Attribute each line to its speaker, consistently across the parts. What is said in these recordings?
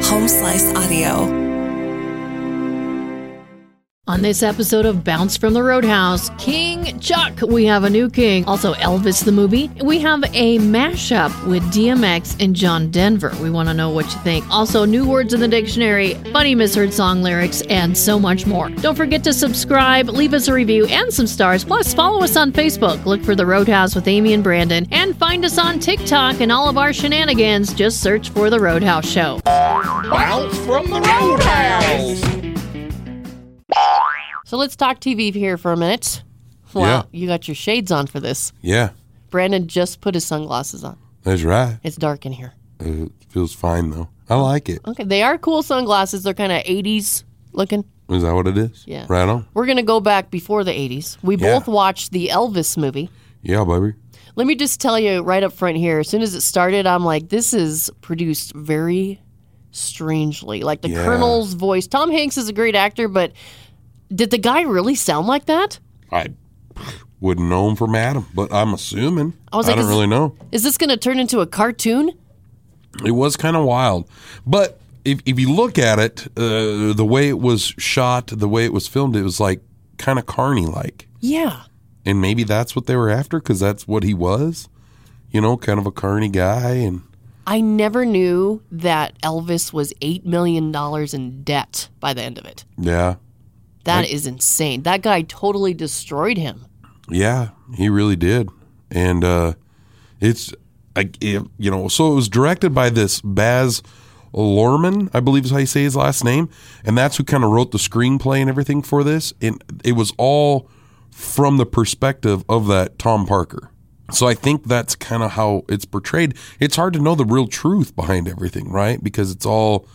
Speaker 1: Slice Audio.
Speaker 2: On this episode of Bounce from the Roadhouse, King Chuck, we have a new king. Also, Elvis the movie. We have a mashup with DMX and John Denver. We want to know what you think. Also, new words in the dictionary, funny misheard song lyrics, and so much more. Don't forget to subscribe, leave us a review, and some stars. Plus, follow us on Facebook. Look for The Roadhouse with Amy and Brandon. And find us on TikTok and all of our shenanigans. Just search for The Roadhouse Show.
Speaker 3: Bounce from the roadhouse.
Speaker 4: So let's talk TV here for a minute. Wow,
Speaker 3: Yeah.
Speaker 4: you got your shades on for this.
Speaker 3: Yeah,
Speaker 4: Brandon just put his sunglasses on.
Speaker 3: that's right.
Speaker 4: It's dark in here.
Speaker 3: It feels fine though. I like
Speaker 2: Uh,
Speaker 3: it.
Speaker 4: Okay, they are cool sunglasses. They're kind of 80s looking.
Speaker 3: Is that what it is?
Speaker 4: Yeah.
Speaker 3: Right on.
Speaker 4: We're going to go back before the 80s. We
Speaker 3: Yeah.
Speaker 4: both watched the Elvis movie.
Speaker 3: Yeah, baby.
Speaker 4: Let me just tell you right up front here as soon as it started, I'm like, this is produced very strangely. Like the
Speaker 3: Yeah.
Speaker 4: Colonel's voice. Tom Hanks is a great actor, but did the guy really sound like that?
Speaker 3: I wouldn't know him from Adam, but I'm assuming. I,
Speaker 4: was like,
Speaker 3: don't
Speaker 4: is-
Speaker 3: really know.
Speaker 4: Is this going to turn into a cartoon?
Speaker 3: It was kind of wild, but if if you look at it, uh, the way it was shot, the way it was filmed, it was like kind of carny like,
Speaker 4: Yeah.
Speaker 3: and maybe that's what they were after because that's what he was. You know, kind of a carny guy, and
Speaker 4: I never knew that Elvis was $8 million in debt by the end of it.
Speaker 3: yeah,
Speaker 4: That is insane. That guy totally destroyed him.
Speaker 3: Yeah, he really did. And uh, it's, I, it- you know, so it was directed by this Baz Luhrmann, I believe is how you say his last name. And that's who kind of wrote the screenplay and everything for this. And it was all from the perspective of that Tom Parker. So I think that's kind of how it's portrayed. It's hard to know the real truth behind everything, right? Because it's all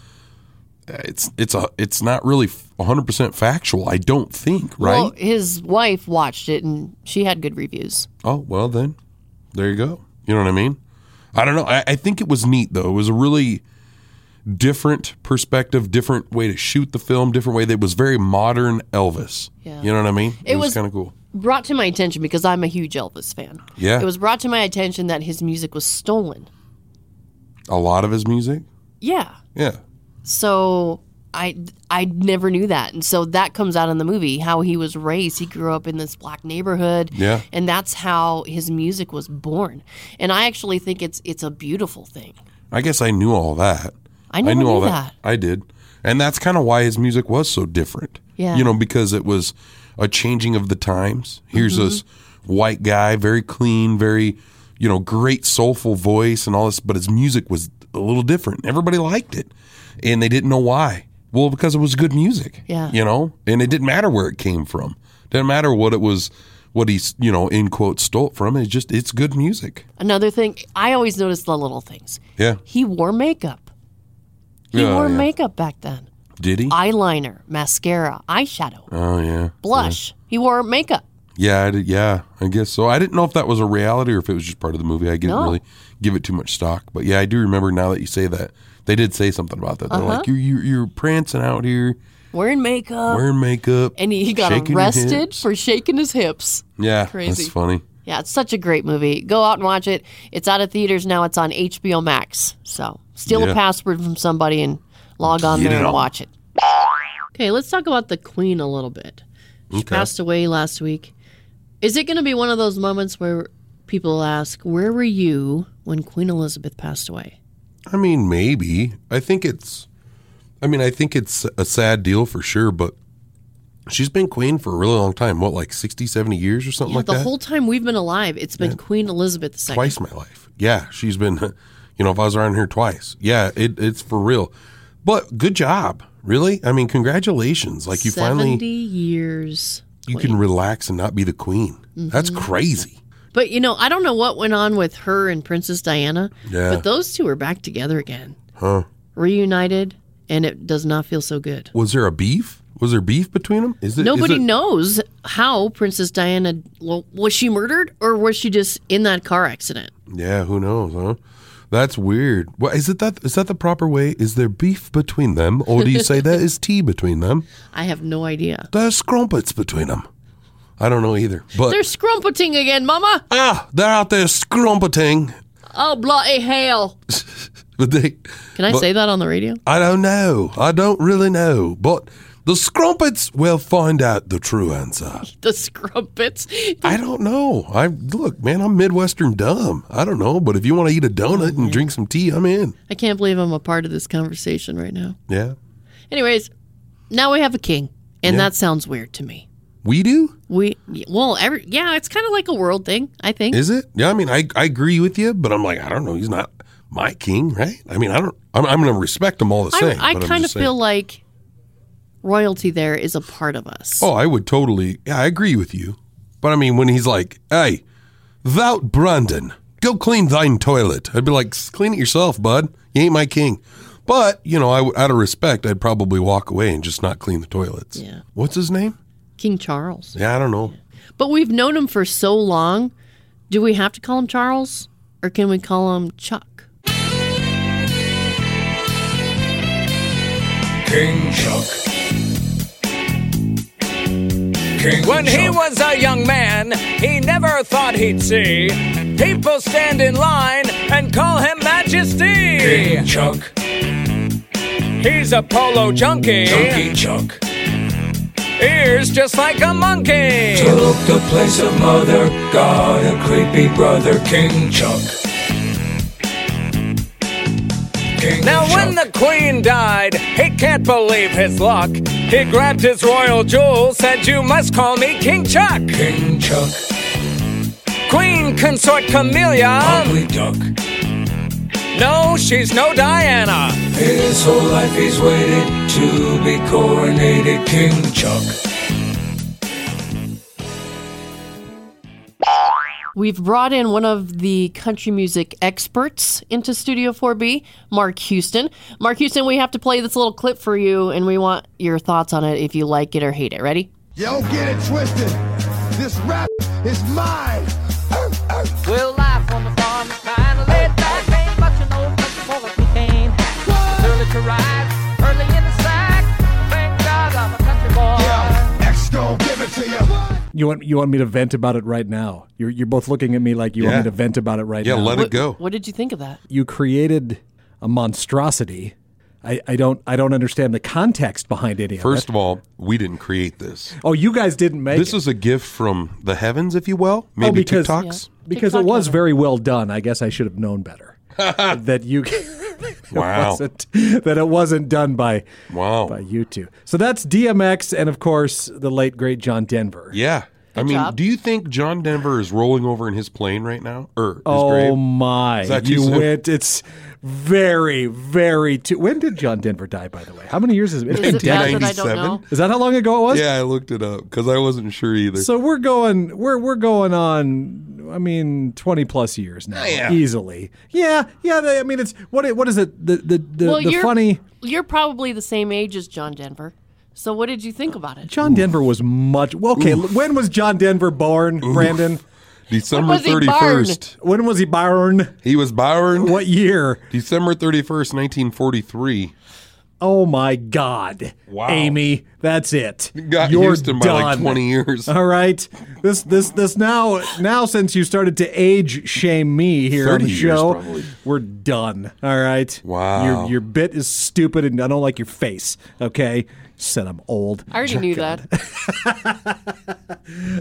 Speaker 3: it's it's a it's not really 100% factual, I don't think, right?
Speaker 4: Well, his wife watched it and she had good reviews.
Speaker 3: Oh, well, then there you go. You know what I mean? I don't know. I, I think it was neat, though. It was a really different perspective, different way to shoot the film, different way that was very modern Elvis.
Speaker 4: Yeah.
Speaker 3: You know what I mean?
Speaker 4: It was-
Speaker 3: kind of cool.
Speaker 4: Brought to my attention because I'm a huge Elvis fan.
Speaker 3: Yeah.
Speaker 4: It was brought to my attention that his music was stolen.
Speaker 3: A lot of his music.
Speaker 4: Yeah.
Speaker 3: Yeah.
Speaker 4: So I I never knew that. And so that comes out in the movie how he was raised. He grew up in this black neighborhood.
Speaker 3: Yeah.
Speaker 4: And that's how his music was born. And I actually think it's it's a beautiful thing.
Speaker 3: I guess I knew all that.
Speaker 4: I never knew that.
Speaker 3: I did. And that's kind of why his music was so different.
Speaker 4: Yeah.
Speaker 3: You know, because it was a changing of the times. Here's this
Speaker 4: Mm-hmm.
Speaker 3: white guy, very clean, very, you know, great soulful voice and all this, but his music was a little different. Everybody liked it. And they didn't know why. Well, because it was good music.
Speaker 4: Yeah.
Speaker 3: You know, and it didn't matter where it came from. Didn't matter what it was, what he's, you know, in quote, stole it from. It's just, it's good music.
Speaker 4: Another thing, I always notice the little things.
Speaker 3: Yeah.
Speaker 4: He wore makeup. He
Speaker 3: Yeah,
Speaker 4: wore
Speaker 3: yeah.
Speaker 4: makeup back then.
Speaker 3: Did he?
Speaker 4: Eyeliner, mascara, eyeshadow,
Speaker 3: oh, yeah.
Speaker 4: blush. He wore makeup.
Speaker 3: Yeah, I did, yeah, I guess so. I didn't know if that was a reality or if it was just part of the movie. I didn't
Speaker 4: No.
Speaker 3: really give it too much stock, but yeah, I do remember now that you say that they did say something about that. They're like, "You're you're, you're prancing out here,
Speaker 4: Wearing
Speaker 2: Uh,
Speaker 4: makeup.
Speaker 3: wearing makeup,
Speaker 4: and he got
Speaker 3: shaking your
Speaker 4: arrested
Speaker 3: hips."
Speaker 4: for shaking his hips.
Speaker 3: yeah,
Speaker 4: Crazy.
Speaker 3: that's funny.
Speaker 4: Yeah, it's such a great movie. Go out and watch it. It's out of theaters now. It's on HBO Max. So steal
Speaker 3: Yeah.
Speaker 4: a password from somebody and log on
Speaker 3: Get it
Speaker 4: there and
Speaker 3: on.
Speaker 4: watch it.
Speaker 2: Okay, let's talk about the Queen a little bit. She passed away last week. Is it going to be one of those moments where people ask, "Where were you when Queen Elizabeth passed away?"
Speaker 3: I mean, maybe. I think it's. I mean, I think it's a sad deal for sure, but she's been queen for a really long time. What, like 60, 70 years or something like
Speaker 2: the
Speaker 3: that?
Speaker 2: whole time we've been alive, it's been Queen Elizabeth II.
Speaker 3: twice my life. Yeah, she's been, you know, if I was around here twice, yeah, it, it's for real. But good job, really. I mean, congratulations. Like you
Speaker 2: seventy
Speaker 3: finally
Speaker 2: years.
Speaker 3: you can relax and not be the queen. That's
Speaker 2: Mm-hmm.
Speaker 3: crazy.
Speaker 2: But you know, I don't know what went on with her and Princess Diana.
Speaker 3: Yeah.
Speaker 2: But those two are back together again,
Speaker 3: Huh?
Speaker 2: reunited, and it does not feel so good.
Speaker 3: Was there a beef? Was there beef between them? Is it is
Speaker 2: Nobody
Speaker 3: it-
Speaker 2: knows how Princess Diana well, was she murdered or was she just in that car accident?
Speaker 3: Yeah, who knows, huh? That's weird. What is it that is that the proper way? Is there beef between them or do you say there is tea between them?
Speaker 2: I have no idea.
Speaker 3: There's scrumpets between them. I don't know either. But
Speaker 2: They're scrumpeting again, Mama.
Speaker 3: ah, they're out there scrumpeting.
Speaker 2: Oh bloody hell!
Speaker 3: But they,
Speaker 2: Can I
Speaker 3: but-
Speaker 2: say that on the radio?
Speaker 3: I don't know. I don't really know. But the Scrumpets will find out the true answer.
Speaker 2: The scrumpets.
Speaker 3: I don't know. I look, man. I'm Midwestern dumb. I don't know. But if you want to eat a donut and drink some tea, I'm in.
Speaker 2: I can't believe I'm a part of this conversation right now.
Speaker 3: Yeah,
Speaker 2: Anyways, now we have a king, and
Speaker 3: Yeah.
Speaker 2: that sounds weird to me.
Speaker 3: we do.
Speaker 2: We well, every yeah, it's kind of like a world thing. I think
Speaker 3: Is it? Yeah. I mean, I I agree with you, but I'm like, I don't know. He's not my king, right? I mean, I don't. I'm, I'm going to respect him all the
Speaker 2: I,
Speaker 3: same.
Speaker 2: I
Speaker 3: but I'm
Speaker 2: kind of
Speaker 3: just saying-
Speaker 2: feel like royalty there is a part of us.
Speaker 3: Oh, I would totally. Yeah, I agree with you. But I mean, when he's like, hey, thou Brandon, go clean thine toilet, I'd be like, "S- clean it yourself, bud. You ain't my king. But, you know, I, would- out of respect, I'd probably walk away and just not clean the toilets.
Speaker 2: Yeah.
Speaker 3: What's his name?
Speaker 2: King Charles.
Speaker 3: Yeah, I don't know.
Speaker 2: But we've known him for so long. Do we have to call him Charles or can we call him Chuck?
Speaker 1: King Chuck. King
Speaker 5: When
Speaker 1: Chuck.
Speaker 5: he was a young man, he never thought he'd see people stand in line and call him
Speaker 1: King
Speaker 5: Majesty.
Speaker 1: Chuck.
Speaker 5: He's a polo junkie,
Speaker 1: Donkey Chuck.
Speaker 5: ears just like a monkey.
Speaker 1: Took the place of mother. Got a creepy brother. King Chuck. King
Speaker 5: Now,
Speaker 1: Chuck.
Speaker 5: when the queen died, he can't believe his luck. He grabbed his royal jewels, said, You must call me King Chuck.
Speaker 1: King Chuck.
Speaker 5: Queen consort Camellia.
Speaker 6: Um.
Speaker 1: Ugly duck.
Speaker 5: No, she's no Diana.
Speaker 1: His whole life he's waited to be coronated. King Chuck.
Speaker 4: We've brought in one of the country music experts into Studio 4B, Mark Houston. Mark Houston, we have to play this little clip for you, and we want your thoughts on it if you like it or hate it. Ready?
Speaker 7: Yo, get it twisted. This rap is mine.
Speaker 8: Well, life on the farm is kind of laid back. Ain't much an old country boy like we came. It's early to rise, early in the sack. Thank God I'm a country boy.
Speaker 7: Yo, X gon' give it to you.
Speaker 9: You want you want me to vent about it right now. You're you're both looking at me like you
Speaker 3: Yeah.
Speaker 9: want me to vent about it right
Speaker 3: Yeah,
Speaker 9: now.
Speaker 3: let it go.
Speaker 4: What did you think of that?
Speaker 9: you created a monstrosity. I, I don't I don't understand the context behind any
Speaker 3: First
Speaker 9: of
Speaker 3: of all, we didn't create this.
Speaker 9: it. Oh, you guys didn't make
Speaker 3: This
Speaker 9: it.
Speaker 3: is a gift from the heavens, if you will. Maybe
Speaker 9: because-
Speaker 3: TikToks.
Speaker 9: because
Speaker 4: TikTok
Speaker 9: it was
Speaker 4: better.
Speaker 9: very well done. I guess I should have known better. that you
Speaker 3: Wow.
Speaker 9: wasn't, that it wasn't done by
Speaker 3: Wow.
Speaker 9: by you two. So that's DMX and of course the late great John Denver.
Speaker 3: Yeah. I mean,
Speaker 4: job.
Speaker 3: do you think John Denver is rolling over in his plane right now? Or his
Speaker 9: Oh
Speaker 3: grave?
Speaker 9: my!
Speaker 3: that too
Speaker 9: you
Speaker 3: soon?
Speaker 9: went. It's very, very. Too, when did John Denver die? By the way, how many years has it been?
Speaker 4: Is it bad that I don't
Speaker 3: 97?
Speaker 4: know?
Speaker 9: Is that how long ago it was?
Speaker 3: Yeah, I looked it up because I wasn't sure either.
Speaker 9: So we're going. We're we're going on. I mean, twenty plus years now,
Speaker 3: Oh, Yeah.
Speaker 9: easily. Yeah, yeah. they- I mean, it's what? it- What is it? The the the, the
Speaker 4: you're,
Speaker 9: funny.
Speaker 4: You're probably the same age as John Denver. So what did you think about it?
Speaker 9: John Denver was much. Well, okay, when was John Denver born, Brandon?
Speaker 3: December
Speaker 4: was he
Speaker 3: thirty first,
Speaker 9: When was he born?
Speaker 3: he was born
Speaker 9: What year?
Speaker 3: December thirty first, nineteen forty three.
Speaker 9: Oh my God,
Speaker 3: Wow.
Speaker 9: Amy, that's it.
Speaker 3: Got
Speaker 9: You're
Speaker 3: used to by like
Speaker 9: done.
Speaker 3: twenty years.
Speaker 9: All right. This this this now now since you started to age shame me here on
Speaker 3: 30
Speaker 9: the
Speaker 3: years,
Speaker 9: show,
Speaker 3: probably.
Speaker 9: we're done. All right.
Speaker 3: Wow.
Speaker 9: Your your bit is stupid and I don't like your face. Okay. Said I'm old.
Speaker 4: I already knew that.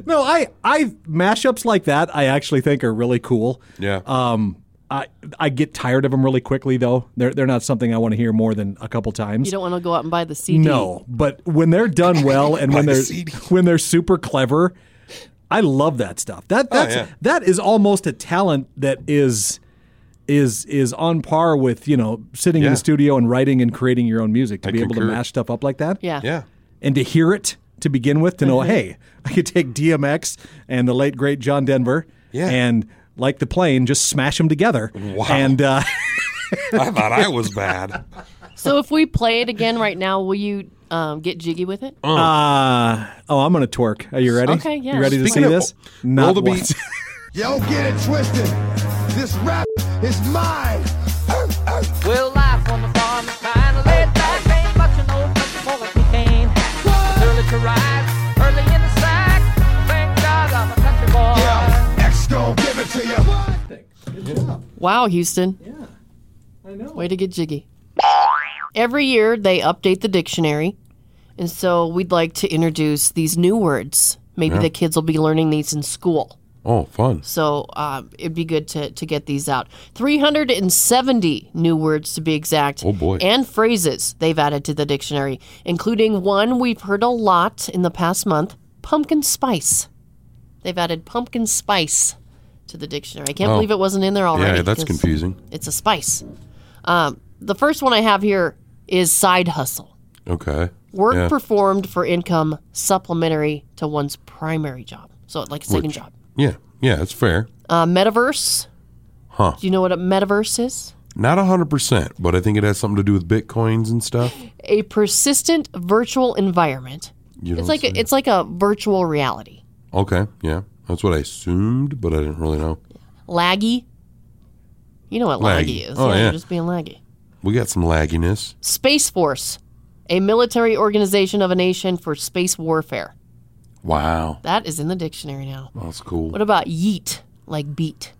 Speaker 9: No, I I mashups like that I actually think are really cool.
Speaker 3: Yeah,
Speaker 9: Um I I get tired of them really quickly though. They're they're not something I want to hear more than a couple times.
Speaker 4: You don't want to go out and buy the CD.
Speaker 9: No, but when they're done well and when
Speaker 3: Buy the
Speaker 9: they're
Speaker 3: CD.
Speaker 9: when they're super clever, I love that stuff. That that's
Speaker 3: Oh, yeah.
Speaker 9: that is almost a talent that is is is on par with, you know, sitting in
Speaker 3: Yeah.
Speaker 9: the studio and writing and creating your own music to be able
Speaker 3: concur.
Speaker 9: to mash stuff up like that.
Speaker 4: Yeah. Mm-hmm.
Speaker 3: yeah.
Speaker 9: And to hear it to begin with, to know, hey, I could take DMX and the late great John Denver
Speaker 3: Yeah.
Speaker 9: and like the plane, just smash them together. And uh,
Speaker 3: I thought I was bad.
Speaker 4: So if we play it again right now, will you um, get jiggy with it?
Speaker 9: uh, oh, I'm gonna twerk. Are you ready?
Speaker 4: Okay, yeah.
Speaker 9: You ready to
Speaker 3: Speaking
Speaker 9: see
Speaker 3: of-
Speaker 9: this?
Speaker 3: roll
Speaker 9: Not
Speaker 3: the beat.
Speaker 9: once.
Speaker 7: Yo, get it twisted. This rap is mine.
Speaker 8: Well, life on the farm is kind of laid back. Ain't much an old country boy like we came. It's early to rise, early in the sack. Thank God I'm a country boy.
Speaker 7: Yo, X gon' give it to you.
Speaker 4: Wow, Houston.
Speaker 9: I know.
Speaker 2: Way to get jiggy. Every year they update the dictionary, and so we'd like to introduce these new words. Maybe the kids will be learning these in school.
Speaker 3: Oh, fun.
Speaker 2: So um, it'd be good to, to get these out. 370 new words to be exact.
Speaker 3: Oh, boy.
Speaker 2: And phrases they've added to the dictionary, including one we've heard a lot in the past month pumpkin spice. They've added pumpkin spice to the dictionary. I can't
Speaker 3: Oh.
Speaker 2: believe it wasn't in there already.
Speaker 3: yeah, that's
Speaker 2: 'cause
Speaker 3: confusing.
Speaker 2: It's a spice. Um, the first one I have here is side hustle
Speaker 3: Okay.
Speaker 2: work
Speaker 3: Yeah.
Speaker 2: performed for income supplementary to one's primary job. So, like a second
Speaker 3: Which-
Speaker 2: job.
Speaker 3: Yeah. Yeah, it's fair.
Speaker 2: Uh, metaverse.
Speaker 3: Huh.
Speaker 2: Do you know what a metaverse is?
Speaker 3: Not 100%, but I think it has something to do with bitcoins and stuff.
Speaker 2: A persistent virtual environment.
Speaker 3: You
Speaker 2: It's
Speaker 3: don't
Speaker 2: like
Speaker 3: say.
Speaker 2: a, it's like a virtual reality.
Speaker 3: Okay. Yeah. That's what I assumed, but I didn't really know.
Speaker 2: Laggy. You know what laggy,
Speaker 3: Laggy.
Speaker 2: is?
Speaker 3: Oh, yeah.
Speaker 2: you're just being laggy.
Speaker 3: We got some lagginess.
Speaker 2: Space Force, a military organization of a nation for space warfare.
Speaker 3: Wow.
Speaker 2: That is in the dictionary now.
Speaker 3: That's cool.
Speaker 2: What about yeet? Like beet,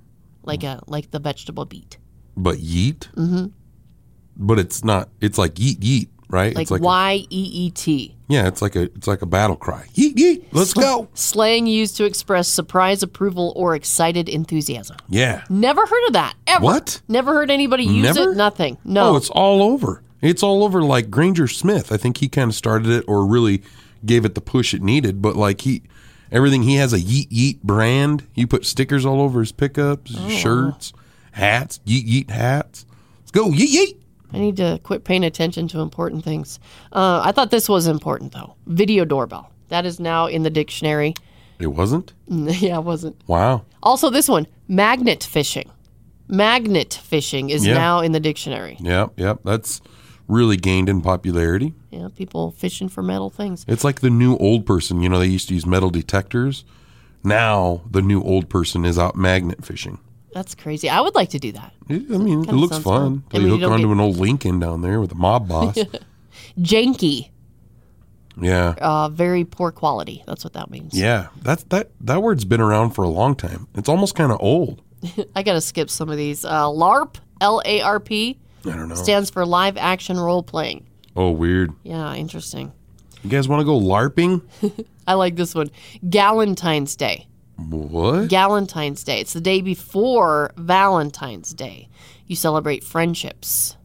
Speaker 2: like a like the vegetable beet.
Speaker 3: but yeet? Mm-hmm. But it's not, it's like yeet yeet, right?
Speaker 2: Like
Speaker 3: it's like a-
Speaker 2: Y E E T.
Speaker 3: yeah, it's like a, it's like a battle cry. Yeet yeet. Let's go.
Speaker 2: Slang used to express surprise, approval, or excited enthusiasm.
Speaker 3: Yeah.
Speaker 2: Never heard of that. Ever.
Speaker 3: What?
Speaker 2: Never heard anybody use
Speaker 3: Never?
Speaker 2: it. Nothing. No.
Speaker 3: Oh, it's all over. It's all over. Like Granger Smith, I think he kind of started it or really gave it the push it needed. But like he, everything he has a yeet yeet brand. You put stickers all over his pickups,
Speaker 2: Oh.
Speaker 3: his shirts, hats, yeet yeet hats. Let's go yeet yeet.
Speaker 2: I need to quit paying attention to important things. Uh, I thought this was important though. Video doorbell. That is now in the dictionary.
Speaker 3: It wasn't.
Speaker 2: yeah, it wasn't.
Speaker 3: Wow.
Speaker 2: Also, this one magnet fishing. Magnet fishing is
Speaker 3: Yeah.
Speaker 2: now in the dictionary.
Speaker 3: Yep. Yep. That's really gained in popularity.
Speaker 2: Yeah, people fishing for metal things.
Speaker 3: It's like the new old person. You know, they used to use metal detectors. Now the new old person is out magnet fishing.
Speaker 2: That's crazy. I would like to do that.
Speaker 3: It- I mean, it looks
Speaker 2: sounds
Speaker 3: fun.
Speaker 2: fun. I
Speaker 3: Till
Speaker 2: mean,
Speaker 3: you
Speaker 2: you
Speaker 3: hook
Speaker 2: don't
Speaker 3: onto
Speaker 2: get-
Speaker 3: an old Lincoln down there with a mob boss.
Speaker 2: Janky,
Speaker 3: yeah,
Speaker 2: uh, very poor quality. That's what that means.
Speaker 3: yeah. That's that. That word's been around for a long time. It's almost kind of old.
Speaker 2: I gotta skip some of these. Uh, LARP, L A R P,
Speaker 3: I don't know.
Speaker 2: stands for live action role playing.
Speaker 3: oh, weird.
Speaker 2: Yeah, interesting.
Speaker 3: You guys want to go larping?
Speaker 2: I like this one. Galentine's Day.
Speaker 3: What?
Speaker 2: Galentine's Day. It's the day before Valentine's Day. You celebrate friendships.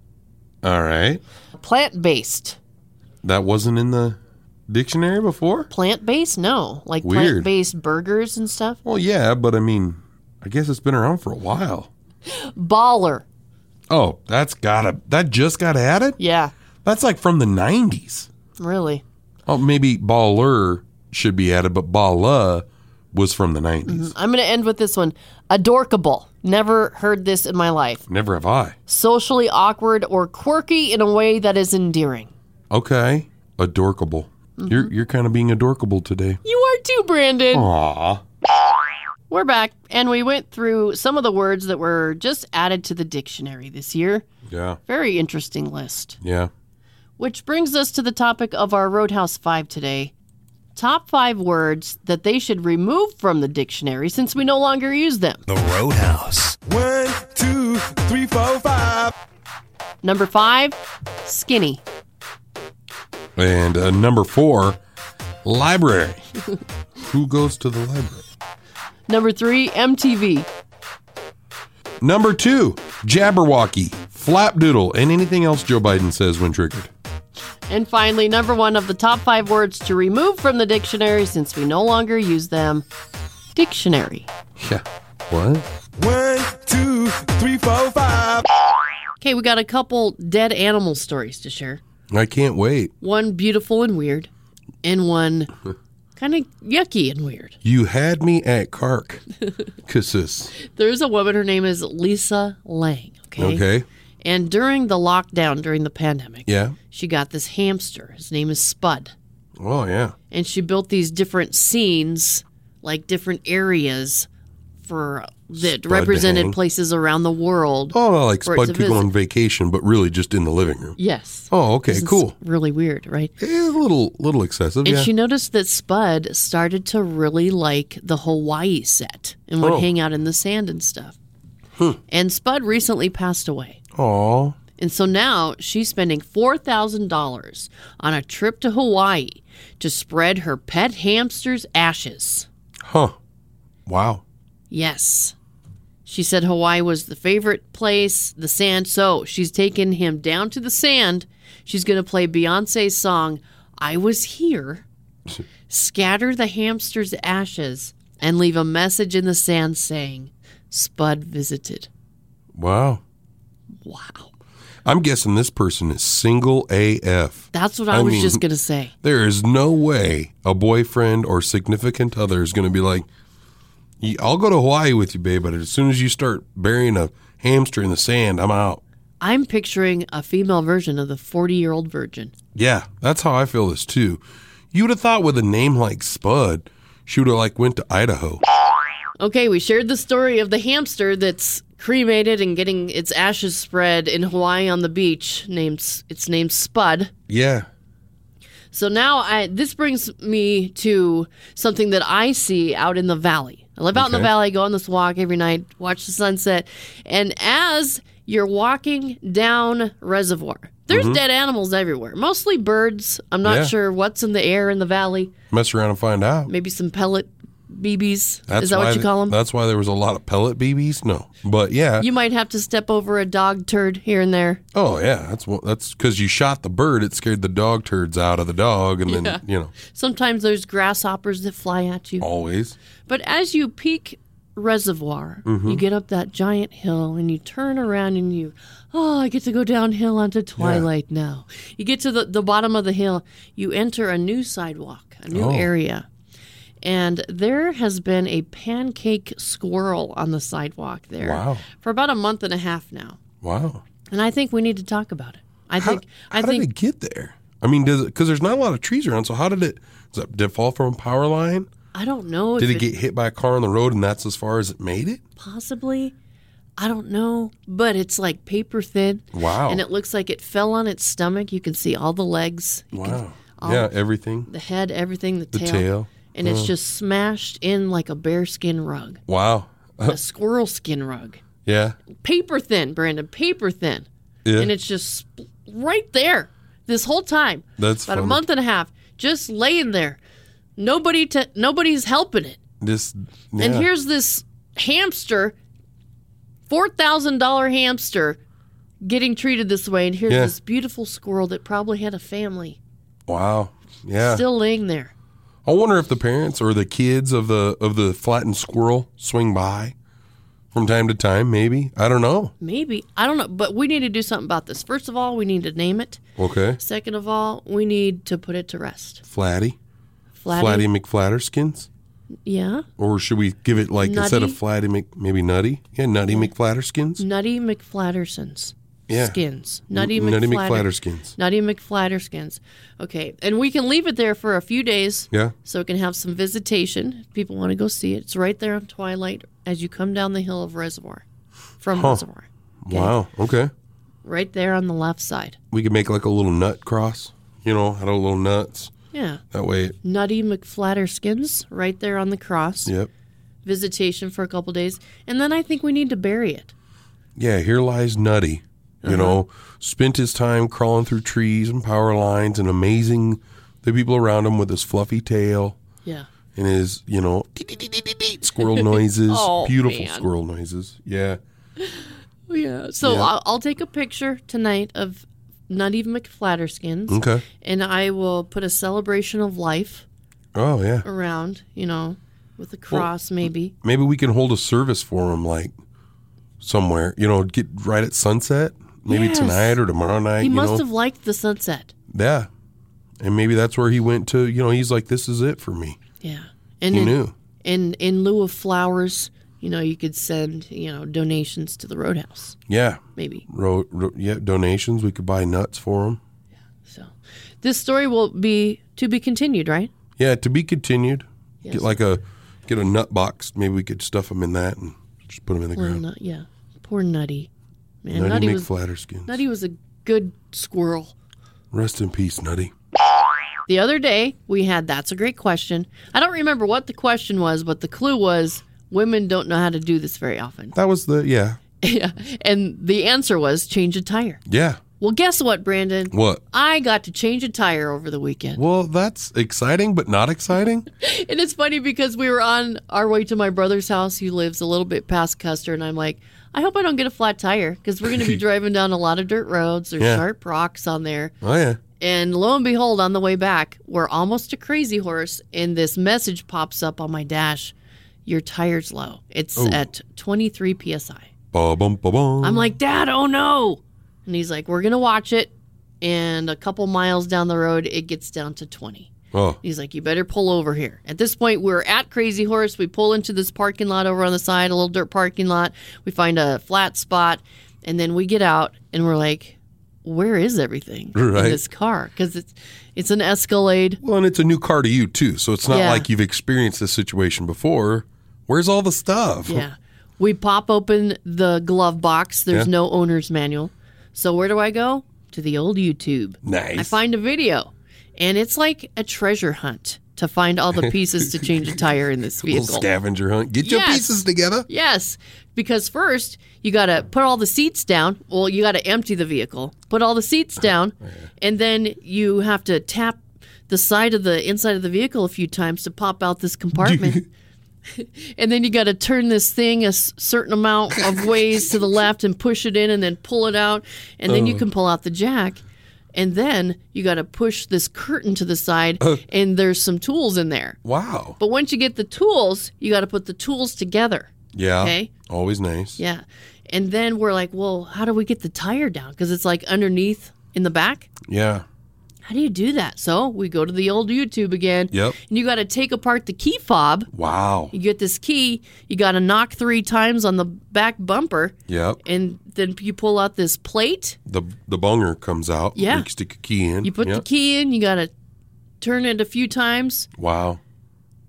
Speaker 3: All right.
Speaker 2: Plant based.
Speaker 3: That wasn't in the dictionary before.
Speaker 2: Plant based? No. Like
Speaker 3: Weird.
Speaker 2: plant based burgers and stuff.
Speaker 3: Well, yeah, but I mean, I guess it's been around for a while.
Speaker 2: Baller.
Speaker 3: Oh, that's gotta. That just got added.
Speaker 2: Yeah,
Speaker 3: That's like from the '90s.
Speaker 2: really.
Speaker 3: Oh, maybe baller should be added, but balla was from the '90s.
Speaker 2: I'm gonna end with this one. Adorkable. Never heard this in my life.
Speaker 3: Never have I.
Speaker 2: Socially awkward or quirky in a way that is endearing.
Speaker 3: Okay. Adorkable. You're you're kind of being adorkable today.
Speaker 2: You are too, Brandon.
Speaker 3: Aw.
Speaker 2: We're back, and we went through some of the words that were just added to the dictionary this year.
Speaker 3: Yeah.
Speaker 2: Very interesting list.
Speaker 3: Yeah.
Speaker 2: Which brings us to the topic of our Roadhouse 5 today. Top five words that they should remove from the dictionary since we no longer use them.
Speaker 10: The Roadhouse.
Speaker 1: One, two, three, four, five.
Speaker 2: Number five, skinny.
Speaker 3: And uh, number four, library. Who goes to the library?
Speaker 2: Number three, MTV.
Speaker 3: Number two, Jabberwocky, Flapdoodle, and anything else Joe Biden says when triggered.
Speaker 2: And finally, number one of the top five words to remove from the dictionary since we no longer use them. Dictionary.
Speaker 3: Yeah. What?
Speaker 1: One, two, three, four, five.
Speaker 2: Okay, we got a couple dead animal stories to share.
Speaker 3: I can't wait.
Speaker 2: one beautiful and weird, and one kind of yucky and weird.
Speaker 3: You had me at Kark. Kisses.
Speaker 2: There's a woman, her name is Lisa Lang. Okay.
Speaker 3: Okay.
Speaker 2: And during the lockdown, during the pandemic,
Speaker 3: Yeah.
Speaker 2: she got this hamster. His name is Spud.
Speaker 3: Oh, yeah.
Speaker 2: And she built these different scenes, like different areas for that
Speaker 3: Spud to hang.
Speaker 2: represented places around the world.
Speaker 3: Oh, I like
Speaker 2: For it
Speaker 3: Spud
Speaker 2: to
Speaker 3: could go
Speaker 2: visit.
Speaker 3: on vacation, but really just in the living room.
Speaker 2: Yes.
Speaker 3: Oh, okay.
Speaker 2: It's
Speaker 3: Cool.
Speaker 2: Really weird, right?
Speaker 3: Eh, a little, little excessive.
Speaker 2: And
Speaker 3: yeah.
Speaker 2: she noticed that Spud started to really like the Hawaii set and would
Speaker 3: Oh. Hmm.
Speaker 2: hang out in the sand and stuff. And Spud recently passed away.
Speaker 3: Aw.
Speaker 2: And so now she's spending $4,000 on a trip to Hawaii to spread her pet hamster's ashes.
Speaker 3: Huh. Wow.
Speaker 2: Yes. She said Hawaii was the favorite place, the sand. So she's taken him down to the sand. She's going to play Beyonce's song, I Was Here, scatter the hamster's ashes, and leave a message in the sand saying, Spud visited.
Speaker 3: Wow.
Speaker 2: Wow.
Speaker 3: I'm guessing this person is single AF.
Speaker 2: That's what I,
Speaker 3: I
Speaker 2: was
Speaker 3: mean-
Speaker 2: just going to say.
Speaker 3: There is no way a boyfriend or significant other is going to be like, "Y- I'll go to Hawaii with you, babe, but as soon as you start burying a hamster in the sand, I'm out.
Speaker 2: I'm picturing a female version of the 40 year old virgin.
Speaker 3: Yeah, that's how I feel this too. You would have thought with a name like Spud, she would have like went to Idaho.
Speaker 2: Okay, we shared the story of the hamster that's cremated and getting its ashes spread in Hawaii on the beach. Names its named Spud.
Speaker 3: Yeah.
Speaker 2: So now I this brings me to something that I see out in the valley. I live out in the
Speaker 3: Okay.
Speaker 2: valley, go on this walk every night, watch the sunset, and as you're walking down reservoir, there's dead animals everywhere, mostly birds. I'm not
Speaker 3: Mm-hmm. Yeah.
Speaker 2: sure what's in the air in the valley.
Speaker 3: Mess around and find out.
Speaker 2: Maybe some pellet BBs.
Speaker 3: That's
Speaker 2: Is that
Speaker 3: why
Speaker 2: what you
Speaker 3: th-
Speaker 2: call them?
Speaker 3: That's why there was a lot of pellet BBs. No, but yeah.
Speaker 2: You might have to step over a dog turd here and there.
Speaker 3: oh yeah, that's what. That's because you shot the bird. It scared the dog turds out of the dog, and then you know
Speaker 2: Sometimes there's grasshoppers that fly at
Speaker 3: Oh.
Speaker 2: you.
Speaker 3: always.
Speaker 2: But as you peak reservoir,
Speaker 3: Mm-hmm.
Speaker 2: you get up that giant hill and you turn around and you, oh, I get to go downhill onto twilight now. You get to the, the bottom of the hill, you enter a new sidewalk, a new
Speaker 3: Oh.
Speaker 2: area. And there has been a pancake squirrel on the sidewalk there
Speaker 3: Wow.
Speaker 2: for about a month and a half now.
Speaker 3: Wow.
Speaker 2: And I think we need to talk about it. I think
Speaker 3: how
Speaker 2: I
Speaker 3: did
Speaker 2: think
Speaker 3: it get there? I mean, does it because there's not a lot of trees around? So how did it? Does it, did it fall from a power line?
Speaker 2: I don't know if
Speaker 3: Did
Speaker 2: it-
Speaker 3: it get hit by a car on the road, and that's as far as it made it?
Speaker 2: possibly i don't know but it's like paper thin
Speaker 3: Wow.
Speaker 2: and it looks like it fell on its stomach you can see all the legs you can-
Speaker 3: Wow.
Speaker 2: all-
Speaker 3: yeah, everything.
Speaker 2: the head everything the,
Speaker 3: The
Speaker 2: tail,
Speaker 3: tail. Oh.
Speaker 2: and it's just smashed in like a bearskin rug
Speaker 3: Wow.
Speaker 2: a squirrel skin rug
Speaker 3: Yeah.
Speaker 2: paper thin brandon paper thin
Speaker 3: Yeah.
Speaker 2: and it's just sp- right there this whole time
Speaker 3: That's
Speaker 2: about a
Speaker 3: funny.
Speaker 2: month and a half just laying there nobody to nobody's helping it
Speaker 3: This.
Speaker 2: and
Speaker 3: yeah.
Speaker 2: here's this hamster, four thousand dollar hamster, getting treated this way. And here's
Speaker 3: Yeah.
Speaker 2: this beautiful squirrel that probably had a family
Speaker 3: Wow. Yeah.
Speaker 2: still laying there.
Speaker 3: I wonder if the parents or the kids of the of the flattened squirrel swing by from time to time. Maybe I don't know.
Speaker 2: Maybe I don't know, but we need to do something about this. First of all, we need to name it.
Speaker 3: Okay,
Speaker 2: Second of all, we need to put it to rest.
Speaker 3: Flatty,
Speaker 2: Flatty,
Speaker 3: Flatty McFlatterskins,
Speaker 2: yeah,
Speaker 3: or should we give it like instead of
Speaker 2: Nutty.
Speaker 3: Flatty Mc maybe Nutty? Yeah, Nutty McFlatterskins.
Speaker 2: Nutty McFlattersons.
Speaker 3: Yeah.
Speaker 2: Skins. Nutty
Speaker 3: N- Nutty
Speaker 2: McFlatter-
Speaker 3: McFlatterskins.
Speaker 2: Nutty McFlatterskins. Okay, and we can leave it there for a few days.
Speaker 3: Yeah.
Speaker 2: so it can have some visitation. If people want to go see it, it's right there on Twilight as you come down the hill of Reservoir, from Reservoir,
Speaker 3: Wow. Okay.
Speaker 2: right there on the left side.
Speaker 3: We could make like a little nut cross. You know, out of little nuts.
Speaker 2: Yeah,
Speaker 3: That way. it-
Speaker 2: Nutty McFlatterskins, right there on the cross.
Speaker 3: Yep.
Speaker 2: Visitation for a couple days, and then I think we need to bury it.
Speaker 3: Yeah. Here lies Nutty.
Speaker 2: Uh-huh.
Speaker 3: You know, spent his time crawling through trees and power lines and amazing the people around him with his fluffy tail.
Speaker 2: Yeah,
Speaker 3: and his you know squirrel noises,
Speaker 2: Oh,
Speaker 3: beautiful
Speaker 2: man.
Speaker 3: squirrel noises. Yeah,
Speaker 2: Oh, yeah. So I'll, I'll take a picture tonight of Nutty McFlatterskins,
Speaker 3: okay.
Speaker 2: and I will put a celebration of life
Speaker 3: Oh yeah,
Speaker 2: around. You know, with a cross maybe.
Speaker 3: maybe we can hold a service for him, like somewhere. You know, get right at sunset, maybe
Speaker 2: Yes.
Speaker 3: tonight or tomorrow night.
Speaker 2: He
Speaker 3: you
Speaker 2: must
Speaker 3: know,
Speaker 2: have liked the sunset.
Speaker 3: yeah, and maybe that's where he went to. You know, he's like, this is it for me.
Speaker 2: Yeah. And
Speaker 3: He
Speaker 2: in,
Speaker 3: knew.
Speaker 2: in in lieu of flowers, you know, you could send, you know, donations to the roadhouse,
Speaker 3: Yeah,
Speaker 2: maybe.
Speaker 3: ro- ro- yeah, donations. We could buy nuts for him.
Speaker 2: So this story will be to be continued, right?
Speaker 3: Yeah, to be continued.
Speaker 2: Yes.
Speaker 3: Get like a get a nut box. Maybe we could stuff him in that and just put him in the
Speaker 2: Well,
Speaker 3: ground.
Speaker 2: not, yeah. Poor Nutty. Man, Nutty,
Speaker 3: Nutty
Speaker 2: was
Speaker 3: McFlatterskins.
Speaker 2: Nutty was a good squirrel.
Speaker 3: Rest in peace, Nutty.
Speaker 2: The other day we had that's a great question. I don't remember what the question was, but the clue was women don't know how to do this very often.
Speaker 3: That was the yeah.
Speaker 2: yeah. And the answer was change a tire.
Speaker 3: Yeah.
Speaker 2: Well, guess what, Brandon?
Speaker 3: What?
Speaker 2: I got to change a tire over the weekend.
Speaker 3: Well, that's exciting, but not exciting.
Speaker 2: And it's funny because we were on our way to my brother's house, who lives a little bit past Custer, and I'm like, I hope I don't get a flat tire because we're going to be driving down a lot of dirt roads. There's
Speaker 3: Yeah.
Speaker 2: sharp rocks on there.
Speaker 3: Oh yeah.
Speaker 2: And lo and behold, on the way back, we're almost to Crazy Horse, and this message pops up on my dash Your tire's low. It's at 23 psi.
Speaker 3: Ba bum ba bum.
Speaker 2: I'm like, Dad, oh no. And he's like, We're going to watch it. And a couple miles down the road, it gets down to 20.
Speaker 3: oh
Speaker 2: He's like, you better pull over here. At this point, we're at Crazy Horse. We pull into this parking lot over on the side, a little dirt parking lot. We find a flat spot, and then we get out, and we're like, where is everything
Speaker 3: Right.
Speaker 2: in this car? Because it's it's an Escalade.
Speaker 3: well, and it's a new car to you too, so it's not
Speaker 2: Yeah.
Speaker 3: like you've experienced this situation before. Where's all the stuff?
Speaker 2: Yeah. We pop open the glove box. There's
Speaker 3: Yeah.
Speaker 2: no owner's manual. So where do I go? To the old YouTube.
Speaker 3: Nice.
Speaker 2: I find a video, and it's like a treasure hunt to find all the pieces to change a tire in this
Speaker 3: little
Speaker 2: vehicle.
Speaker 3: scavenger hunt. Get your
Speaker 2: Yes.
Speaker 3: pieces together.
Speaker 2: Yes, because first you got to put all the seats down. Well, you got to empty the vehicle, put all the seats down, and then you have to tap the side of the inside of the vehicle a few times to pop out this compartment. and then you got to turn this thing a s- certain amount of ways to the left and push it in and then pull it out, and then you can pull out the jack. And then you got to push this curtain to the side, and there's some tools in there.
Speaker 3: Wow.
Speaker 2: But once you get the tools, you got to put the tools together.
Speaker 3: Yeah.
Speaker 2: Okay.
Speaker 3: Always nice.
Speaker 2: Yeah. And then we're like, well, how do we get the tire down? Because it's like underneath in the back.
Speaker 3: Yeah.
Speaker 2: How do you do that? So we go to the old YouTube again.
Speaker 3: Yep.
Speaker 2: And you got to take apart the key fob.
Speaker 3: Wow.
Speaker 2: You get this key. You got to knock three times on the back bumper.
Speaker 3: Yep.
Speaker 2: And then you pull out this plate.
Speaker 3: The the bunger comes out.
Speaker 2: Yeah.
Speaker 3: You stick a key in.
Speaker 2: You put the
Speaker 3: Yep.
Speaker 2: key in. You got to turn it a few times.
Speaker 3: Wow.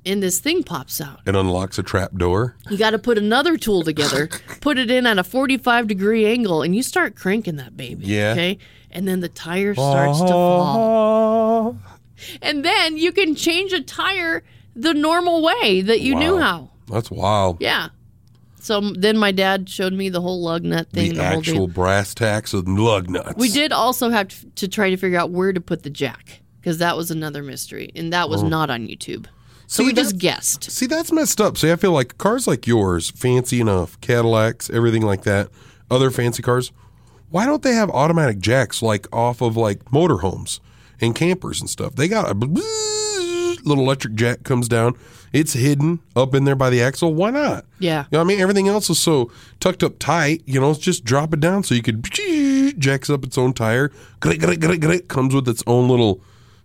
Speaker 2: And this thing pops out.
Speaker 3: It unlocks a trap door.
Speaker 2: You got to put another tool together, put it in at a 45 degree angle, and you start cranking that baby.
Speaker 3: Yeah.
Speaker 2: Okay. And then the tire starts to fall. And then you can change a tire the normal way that you knew
Speaker 3: Wow.
Speaker 2: how.
Speaker 3: That's wild.
Speaker 2: Yeah. So m- then my dad showed me the whole lug nut thing.
Speaker 3: the
Speaker 2: the whole deal.
Speaker 3: actual brass tacks of lug nuts.
Speaker 2: We did also have t- to try to figure out where to put the jack because that was another mystery, and that
Speaker 3: Oh.
Speaker 2: was not on YouTube. So
Speaker 3: See,
Speaker 2: we just
Speaker 3: that's-
Speaker 2: guessed.
Speaker 3: See, that's messed up. See, I feel like cars like yours, fancy enough, Cadillacs, everything like that, other fancy cars, why don't they have automatic jacks like off of like motorhomes and campers and stuff? They got a bl- bl- little electric jack comes down. It's hidden up in there by the axle. Why not?
Speaker 2: Yeah.
Speaker 3: You know what I mean? Everything else is so tucked up tight, you know, it's just drop it down so you could jacks up its own tire. Click, click, click, click, comes with its own little,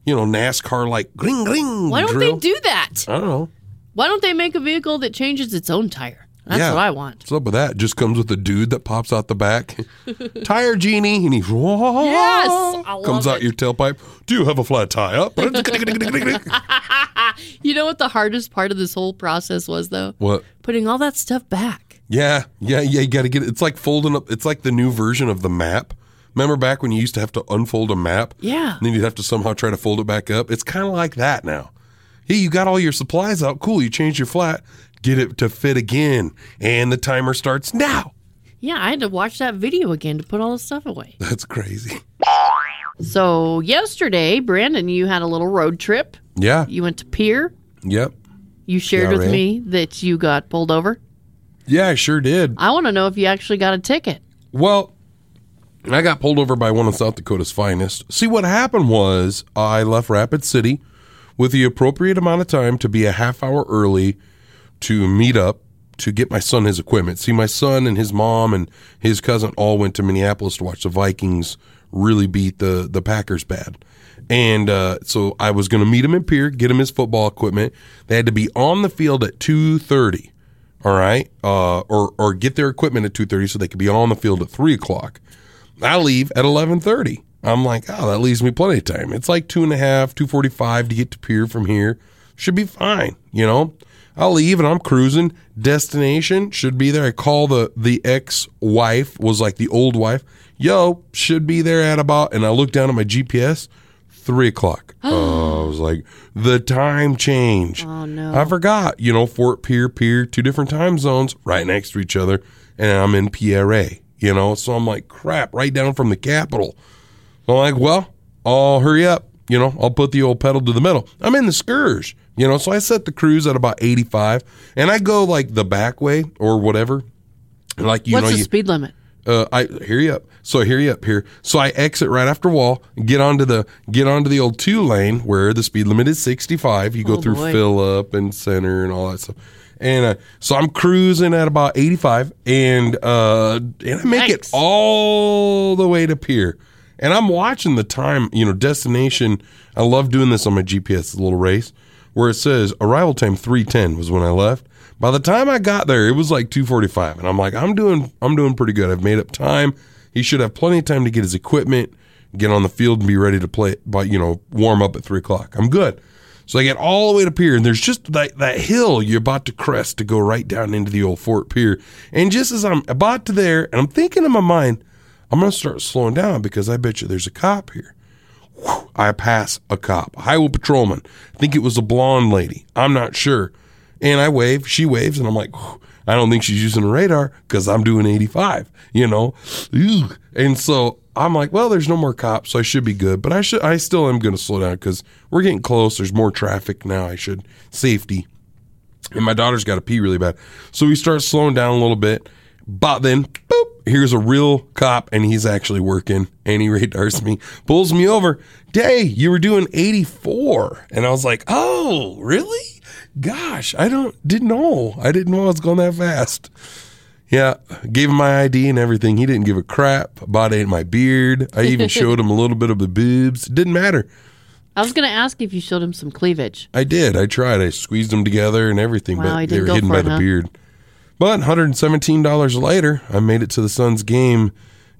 Speaker 3: you know, NASCAR like gring, gring.
Speaker 2: Why don't
Speaker 3: drill. Uh.
Speaker 2: they do that?
Speaker 3: I don't know.
Speaker 2: Why don't they make a vehicle that changes its own tire? That's
Speaker 3: Yeah.
Speaker 2: what I want.
Speaker 3: What's up with that? Just comes with a dude that pops out the back, tire genie, and he
Speaker 2: Yes, I love
Speaker 3: comes out
Speaker 2: it.
Speaker 3: your tailpipe. Do you have a flat tire?
Speaker 2: You know what the hardest part of this whole process was, though?
Speaker 3: what?
Speaker 2: Putting all that stuff back.
Speaker 3: Yeah, yeah, yeah. You got to get it. It's like folding up. It's like the new version of the map. Remember back when you used to have to unfold a map?
Speaker 2: Yeah.
Speaker 3: And then you'd have to somehow try to fold it back up. It's kind of like that now. Hey, you got all your supplies out. Cool. You change your flat. Get it to fit again, and the timer starts now.
Speaker 2: Yeah, I had to watch that video again to put all the stuff away.
Speaker 3: That's crazy.
Speaker 2: So, yesterday, Brandon, you had a little road trip.
Speaker 3: Yeah.
Speaker 2: You went to Pier.
Speaker 3: Yep.
Speaker 2: You shared
Speaker 3: Yeah,
Speaker 2: with
Speaker 3: right.
Speaker 2: me that you got pulled over.
Speaker 3: Yeah, I sure did.
Speaker 2: I want to know if you actually got a ticket.
Speaker 3: Well, I got pulled over by one of South Dakota's finest. See, what happened was I left Rapid City with the appropriate amount of time to be a half hour early to meet up to get my son his equipment. See, my son and his mom and his cousin all went to Minneapolis to watch the Vikings really beat the the Packers bad. And uh, so I was going to meet him in Pier, get him his football equipment. They had to be on the field at two thirty. All right, uh, or or get their equipment at two thirty so they could be on the field at three o'clock. I leave at eleven thirty. I'm like, oh, that leaves me plenty of time. It's like two and a half, two forty five to get to Pier from here. Should be fine, you know. I leave and I'm cruising. Destination should be there. I call the the ex wife was like the old wife. Yo, should be there at about. And I look down at my GPS. Three o'clock. Oh, I was like, the time change. Oh no! I forgot. You know, Fort Pier, Pier, two different time zones, right next to each other. and I'm in Pierre, you know? So I'm like, crap, right down from the Capitol. I'm like, well, I'll hurry up. You know, I'll put the old pedal to the metal. I'm in the Scourge, you know, so I set the cruise at about 85 and I go like the back way or whatever. Like, you
Speaker 2: What's
Speaker 3: know,
Speaker 2: the
Speaker 3: you,
Speaker 2: speed limit?
Speaker 3: uh, I hear you up. So hear you up here. So I exit right after wall, get onto the get onto the old two lane where the speed limit is 65. You go
Speaker 2: Oh,
Speaker 3: through
Speaker 2: boy.
Speaker 3: fill up and center and all that stuff. And uh, so I'm cruising at about 85, and uh, and I make it
Speaker 2: Yikes.
Speaker 3: all the way to pier. And I'm watching the time, you know, destination. I love doing this on my GPS, the little race where it says arrival time 3:10 was when I left. By the time I got there, it was like 2:45 and I'm like I'm doing I'm doing pretty good. I've made up time. He should have plenty of time to get his equipment, get on the field and be ready to play by you know, warm up at 3 o'clock. I'm good. So I get all the way to pier and there's just that, that hill you're about to crest to go right down into the old Fort Pier. And just as I'm about to there and I'm thinking in my mind, I'm going to start slowing down because I bet you there's a cop here. I pass a cop, a highway patrolman. I think it was a blonde lady. I'm not sure. And I wave, she waves, and I'm like, "Whew, I don't think she's using a radar because I'm doing 85, you know? Ew. And so I'm like, well, there's no more cops, so I should be good. But I should, I still am going to slow down because we're getting close. There's more traffic now. I should safety. And my daughter's got to pee really bad. So we start slowing down a little bit. But then, boop, here's a real cop, and he's actually working. And he radars me, pulls me over. Day, you were doing 84. And I was like, oh, really? Gosh, I don't, didn't know. I didn't know I was going that fast. Yeah, gave him my ID and everything. He didn't give a crap about it, my beard. I even showed him a little bit of the boobs. It didn't matter.
Speaker 2: I was going to ask if you showed him some cleavage.
Speaker 3: I did. I tried. I squeezed them together and everything,
Speaker 2: Wow, you
Speaker 3: but they
Speaker 2: didn't
Speaker 3: were
Speaker 2: go
Speaker 3: hidden
Speaker 2: for
Speaker 3: by
Speaker 2: it,
Speaker 3: the
Speaker 2: huh?
Speaker 3: beard. But $117 later, I made it to the Suns game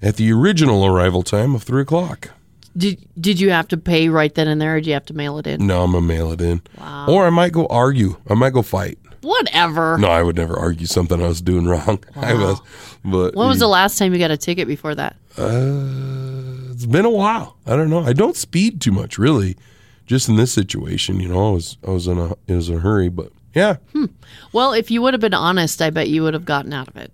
Speaker 3: at the original arrival time of 3 o'clock.
Speaker 2: Did Did you have to pay right then and there, or did you have to mail it in?
Speaker 3: Now I'm going to mail it in. Or I might go argue. I might go fight.
Speaker 2: Whatever.
Speaker 3: No, I would never argue something I was doing wrong. I was. But
Speaker 2: When was the last time you got a ticket before that?
Speaker 3: it's been a while. I don't know. I don't speed too much, really. Just in this situation, you know, I was I was in a it was in a hurry, but yeah,
Speaker 2: Well, if you would have been honest, I bet you would have gotten out of it.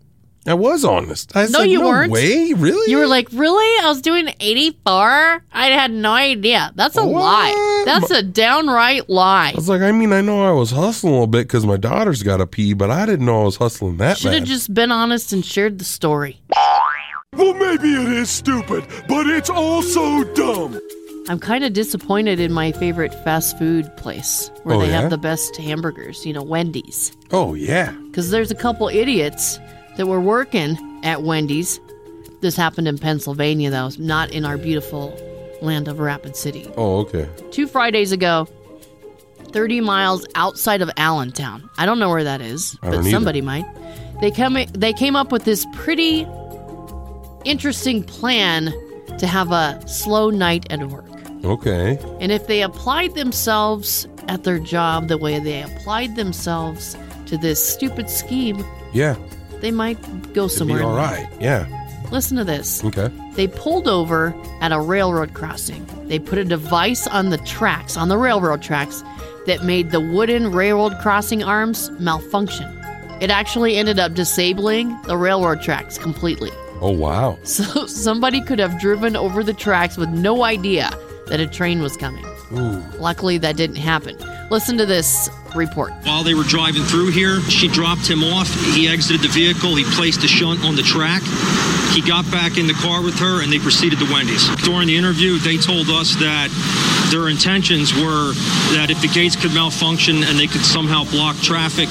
Speaker 3: I was honest. I
Speaker 2: No,
Speaker 3: said,
Speaker 2: you
Speaker 3: no
Speaker 2: weren't.
Speaker 3: Way, really?
Speaker 2: You were like, really? I was doing 84? I had no idea. That's a lie.
Speaker 3: What?
Speaker 2: That's a downright lie.
Speaker 3: I was like, I mean, I know I was hustling a little bit because my daughter's got to pee, but I didn't know I was hustling that
Speaker 2: Should have
Speaker 3: bad.
Speaker 2: just been honest and shared the story.
Speaker 7: Well, maybe it is stupid, but it's also dumb.
Speaker 2: I'm kind of disappointed in my favorite fast food place where
Speaker 3: Oh,
Speaker 2: they
Speaker 3: yeah?
Speaker 2: have the best hamburgers, you know, Wendy's.
Speaker 3: oh yeah,
Speaker 2: Because there's a couple idiots that were working at Wendy's. This happened in Pennsylvania, though, not in our beautiful land of Rapid City.
Speaker 3: oh okay.
Speaker 2: two Fridays ago, 30 miles outside of Allentown. I don't know where that is,
Speaker 3: I
Speaker 2: but
Speaker 3: don't either.
Speaker 2: somebody might. They come they came up with this pretty interesting plan to have a slow night at work.
Speaker 3: Okay,
Speaker 2: And if they applied themselves at their job the way they applied themselves to this stupid scheme,
Speaker 3: yeah,
Speaker 2: they might go
Speaker 3: it'd be
Speaker 2: somewhere. in
Speaker 3: all
Speaker 2: life.
Speaker 3: right. Yeah,
Speaker 2: Listen to this.
Speaker 3: okay.
Speaker 2: They pulled over at a railroad crossing. They put a device on the tracks, on the railroad tracks, that made the wooden railroad crossing arms malfunction. It actually ended up disabling the railroad tracks completely.
Speaker 3: Oh wow,
Speaker 2: So somebody could have driven over the tracks with no idea that a train was coming. Luckily, that didn't happen. Listen to this report.
Speaker 11: While they were driving through here, she dropped him off. He exited the vehicle. He placed a shunt on the track. He got back in the car with her and they proceeded to Wendy's. During the interview, they told us that their intentions were that if the gates could malfunction and they could somehow block traffic,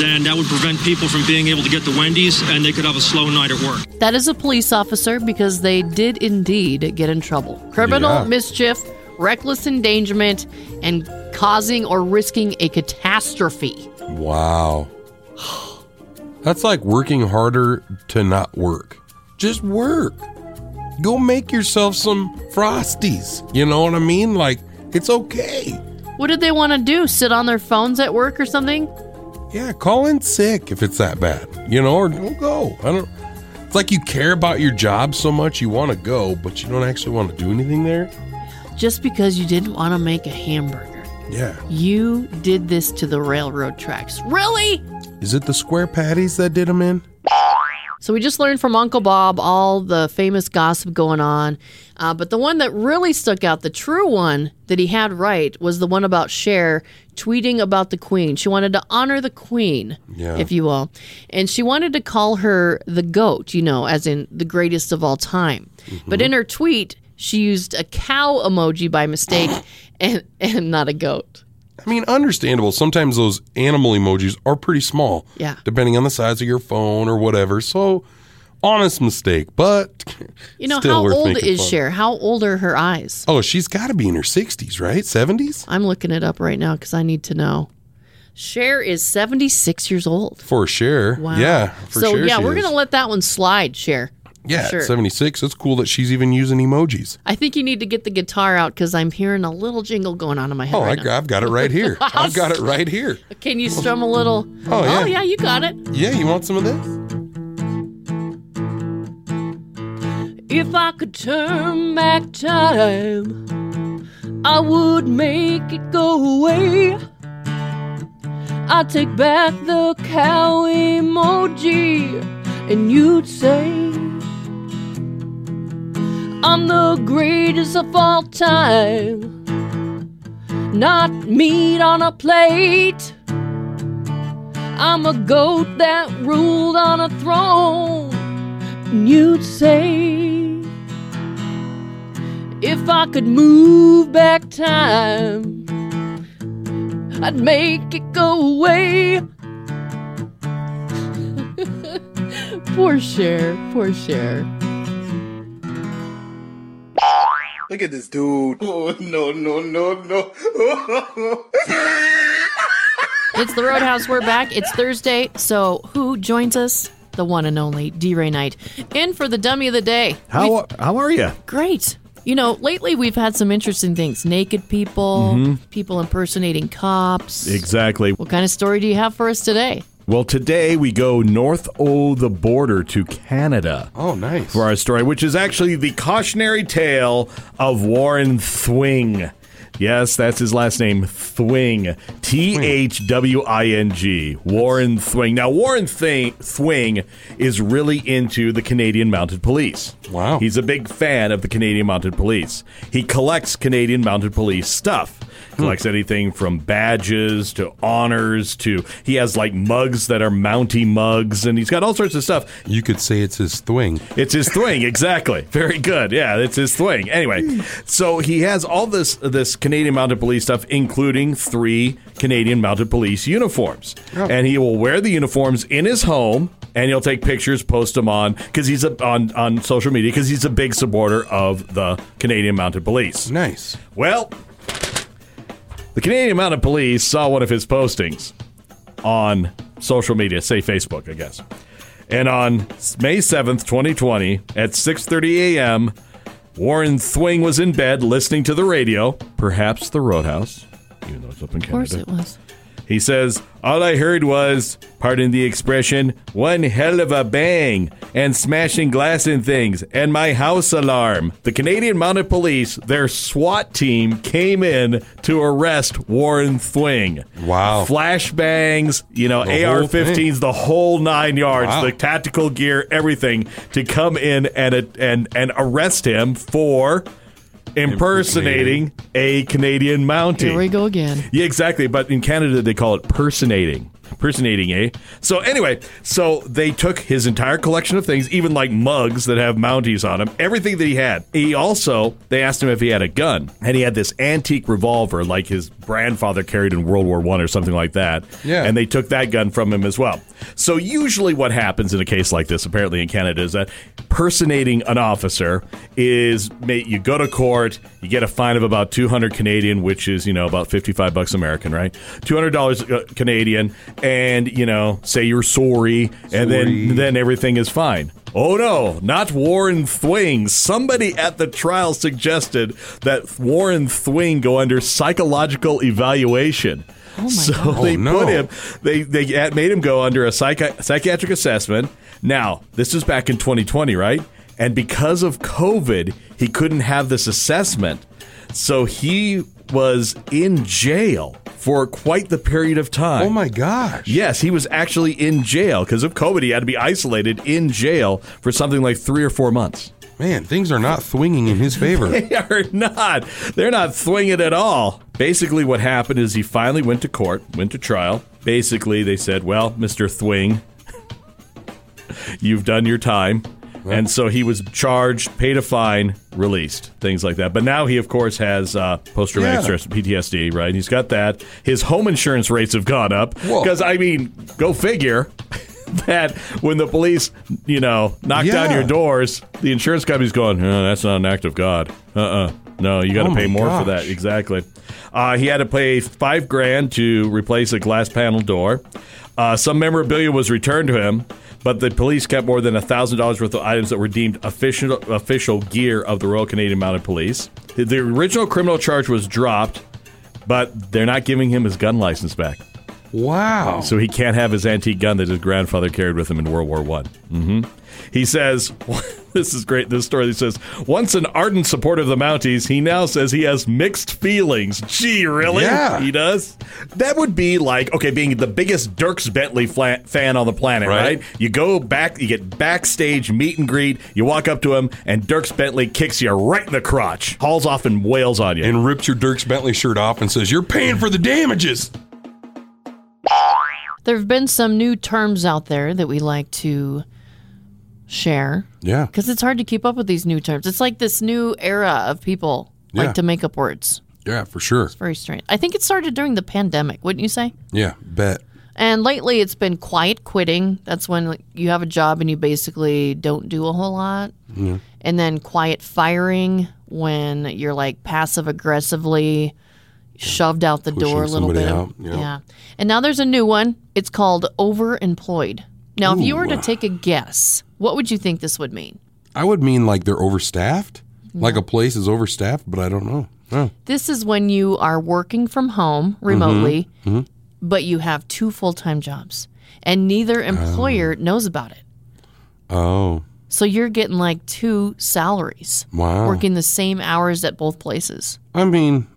Speaker 11: then that would prevent people from being able to get to Wendy's and they could have a slow night at work.
Speaker 2: That is a police officer because they did indeed get in trouble. Criminal
Speaker 3: Yeah.
Speaker 2: mischief, reckless endangerment, and causing or risking a catastrophe.
Speaker 3: wow. That's like working harder to not work. Just work. Go make yourself some frosties. You know what I mean? Like it's okay.
Speaker 2: What did they want to do? Sit on their phones at work or something?
Speaker 3: Yeah, call in sick if it's that bad, you know, or don't go. I don't. It's like you care about your job so much you want to go, but you don't actually want to do anything there.
Speaker 2: Just because you didn't want to make a hamburger.
Speaker 3: Yeah.
Speaker 2: You did this to the railroad tracks. Really?
Speaker 3: Is it the square patties that did them in?
Speaker 2: So we just learned from Uncle Bob all the famous gossip going on. Uh, but the one that really stuck out, the true one that he had right, was the one about Cher tweeting about the Queen. She wanted to honor the Queen,
Speaker 3: Yeah.
Speaker 2: if you will. And she wanted to call her the GOAT, you know, as in the greatest of all time. But
Speaker 3: Mm-hmm.
Speaker 2: in her tweet, she used a cow emoji by mistake and, and not a goat.
Speaker 3: I mean, understandable. Sometimes those animal emojis are pretty small.
Speaker 2: Yeah.
Speaker 3: Depending on the size of your phone or whatever. So, honest mistake, but
Speaker 2: You know,
Speaker 3: still
Speaker 2: how
Speaker 3: worth
Speaker 2: old
Speaker 3: making
Speaker 2: is
Speaker 3: fun.
Speaker 2: Cher? How old are her eyes?
Speaker 3: Oh, she's got to be in her 60s, right? 70s?
Speaker 2: I'm looking it up right now because I need to know. Cher is 76 years old.
Speaker 3: For sure.
Speaker 2: Wow.
Speaker 3: Yeah. For
Speaker 2: so,
Speaker 3: sure
Speaker 2: yeah,
Speaker 3: she
Speaker 2: we're
Speaker 3: is.
Speaker 2: going to let that one slide, Cher.
Speaker 3: Yeah,
Speaker 2: sure.
Speaker 3: 76. It's cool that she's even using emojis.
Speaker 2: I think you need to get the guitar out because I'm hearing a little jingle going on in my head.
Speaker 3: Oh,
Speaker 2: right
Speaker 3: I,
Speaker 2: now.
Speaker 3: I've got it right here. I've got it right here.
Speaker 2: Can you strum a little?
Speaker 3: Oh, yeah.
Speaker 2: you got it.
Speaker 3: Yeah, you want some of this?
Speaker 2: If I could turn back time, I would make it go away. I'd take back the cow emoji, and you'd say, I'm the greatest of all time. Not meat on a plate. I'm a goat that ruled on a throne and you'd say if I could move back time, I'd make it go away. poor Cher, poor Cher.
Speaker 12: Look at this dude. Oh, no, no, no, no.
Speaker 2: It's the Roadhouse. We're back. It's Thursday. So who joins us? The one and only D Ray Knight. In for the dummy of the day.
Speaker 9: How how are you?
Speaker 2: Great. You know, lately we've had some interesting things naked people,
Speaker 9: Mm-hmm.
Speaker 2: people impersonating cops.
Speaker 6: Exactly.
Speaker 2: What kind of story do you have for us today?
Speaker 6: Well, today we go north o the border to Canada
Speaker 3: Oh, nice.
Speaker 6: for our story, which is actually the cautionary tale of Warren Thwing. Yes, that's his last name, Thwing. T H W I N G. Warren Thwing. Now, Warren Thing, Thwing is really into the Canadian Mounted Police.
Speaker 3: Wow.
Speaker 6: He's a big fan of the Canadian Mounted Police. He collects Canadian Mounted Police stuff.
Speaker 3: Hmm.
Speaker 6: Collects anything from badges to honors to he has like mugs that are Mountie mugs and he's got all sorts of stuff.
Speaker 3: You could say it's his thwing.
Speaker 6: It's his thing, exactly. Very good. Yeah, it's his thing. Anyway, so he has all this this Canadian Mounted Police stuff, including three Canadian Mounted Police uniforms, and he will wear the uniforms in his home, and he'll take pictures, post them on because he's a, on on social media because he's a big supporter of the Canadian Mounted Police.
Speaker 3: Nice.
Speaker 6: Well, the Canadian Mounted Police saw one of his postings on social media, say Facebook, I guess. And on May 7th, 2020, at 6:30 a.m., Warren Thwing was in bed listening to the radio, perhaps the Roadhouse, even though it's up in
Speaker 2: Of course
Speaker 6: Canada.
Speaker 2: it was.
Speaker 6: He says, All I heard was, pardon the expression, one hell of a bang and smashing glass and things and my house alarm. The Canadian Mounted Police, their SWAT team, came in to arrest Warren Thwing.
Speaker 3: Wow.
Speaker 6: Flashbangs, you know,
Speaker 3: The
Speaker 6: AR
Speaker 3: whole thing.
Speaker 6: 15s, the whole nine yards,
Speaker 3: Wow.
Speaker 6: the tactical gear, everything to come in and, and, and arrest him for impersonating a Canadian Mountie.
Speaker 2: Here we go again.
Speaker 6: Yeah, exactly. But in Canada, they call it personating. Personating, eh? So anyway, so they took his entire collection of things, even like mugs that have Mounties on them, everything that he had. He also, they asked him if he had a gun, and he had this antique revolver, like his grandfather carried in World War One or something like that.
Speaker 3: Yeah.
Speaker 6: And they took that gun from him as well. So usually, what happens in a case like this, apparently in Canada, is that personating an officer is ma- you go to court, you get a fine of about two hundred Canadian, which is you know about fifty five bucks American, right? Two hundred dollars uh, Canadian, and you know say you're sorry, and then then everything is fine. Oh no, not Warren Thwing. Somebody at the trial suggested that Warren Thwing go under psychological evaluation.
Speaker 2: my
Speaker 6: so
Speaker 2: God.
Speaker 6: they
Speaker 3: Oh, no.
Speaker 6: put him they they had- made him go under a psychi- psychiatric assessment. Now, this is back in 2020, right? And because of COVID, he couldn't have this assessment. So he was in jail for quite the period of time. Oh
Speaker 3: my gosh.
Speaker 6: Yes, he was actually in jail because of COVID. He had to be isolated in jail for something like three or four months.
Speaker 3: Man, things are not swinging in his favor.
Speaker 6: they are not. They're not swinging at all. Basically, what happened is he finally went to court, went to trial. Basically, they said, "Well, Mister Thwing, you've done your time." And so he was charged, paid a fine, released, things like that. But now he, of course, has uh, post traumatic
Speaker 13: Yeah.
Speaker 6: stress, PTSD, right? He's got that. His home insurance rates have gone up.
Speaker 13: Whoa.
Speaker 6: Because, I mean, go figure that when the police, you know, knock down
Speaker 13: Yeah.
Speaker 6: your doors, the insurance company's going, "Uh, that's not an act of God. Uh uh No, you got to
Speaker 13: Oh
Speaker 6: pay
Speaker 13: my
Speaker 6: more for
Speaker 13: gosh.
Speaker 6: that. Exactly. Uh, he had to pay five grand to replace a glass panel door. Uh, some memorabilia was returned to him, but the police kept more than thousand dollars worth of items that were deemed official official gear of the Royal Canadian Mounted Police. The, the original criminal charge was dropped, but they're not giving him his gun license back.
Speaker 3: Wow!
Speaker 6: So he can't have his antique gun that his grandfather carried with him in World War One. Mm-hmm. He says, "This is great." This story. He says, "Once an ardent supporter of the Mounties, he now says he has mixed feelings." Gee, really?
Speaker 13: Yeah.
Speaker 6: he does. That would be like okay, being the biggest Dirks Bentley fla- fan on the planet, right.
Speaker 13: Right.
Speaker 6: You go back, you get backstage meet and greet. You walk up to him, and Dirks Bentley kicks you right in the crotch, hauls off and wails on you,
Speaker 3: and rips your Dirks Bentley shirt off and says, "You're paying for the damages."
Speaker 2: There have been some new terms out there that we like to share.
Speaker 3: Yeah.
Speaker 2: Because it's hard to keep up with these new terms. It's like this new era of people
Speaker 3: Yeah.
Speaker 2: like to make up words.
Speaker 3: Yeah, for sure.
Speaker 2: It's very strange. I think it started during the pandemic, wouldn't you say?
Speaker 3: Yeah, bet.
Speaker 2: And lately it's been quiet quitting. That's when like, you have a job and you basically don't do a whole lot.
Speaker 3: Yeah.
Speaker 2: And then quiet firing when you're like passive aggressively shoved out the
Speaker 3: Pushing
Speaker 2: door a little
Speaker 3: somebody
Speaker 2: bit.
Speaker 3: out, yeah.
Speaker 2: And now there's a new one. It's called overemployed. Now, if you were to
Speaker 3: Ooh.
Speaker 2: take a guess, what would you think this would mean?
Speaker 3: I would mean like they're overstaffed, like a place is overstaffed, but I don't know. Yeah.
Speaker 2: This is when you are working from home
Speaker 3: Mm-hmm.
Speaker 2: remotely,
Speaker 3: Mhm. Mhm.
Speaker 2: but you have two full time jobs and neither
Speaker 3: Um.
Speaker 2: employer knows about it.
Speaker 3: Oh,
Speaker 2: So you're getting like two salaries.
Speaker 3: Wow.
Speaker 2: Working the same hours at both places.
Speaker 3: I mean,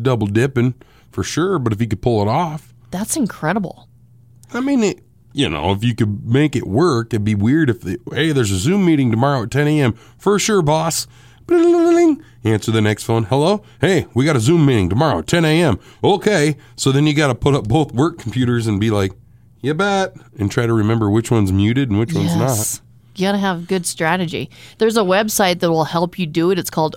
Speaker 3: double dipping for sure. But if you could pull it off,
Speaker 2: That's incredible.
Speaker 3: I mean, it, you know, if you could make it work, it'd be weird if the hey, there's a Zoom meeting tomorrow at 10 a.m. for sure, boss. Bling. Answer the next phone. Hello. Hey, we got a Zoom meeting tomorrow, 10 a.m. Okay. So then you got to put up both work computers and be like, you bet, and try to remember which one's muted and which one's
Speaker 2: Yes. You got to have good strategy. There's a website that will help you do it. It's called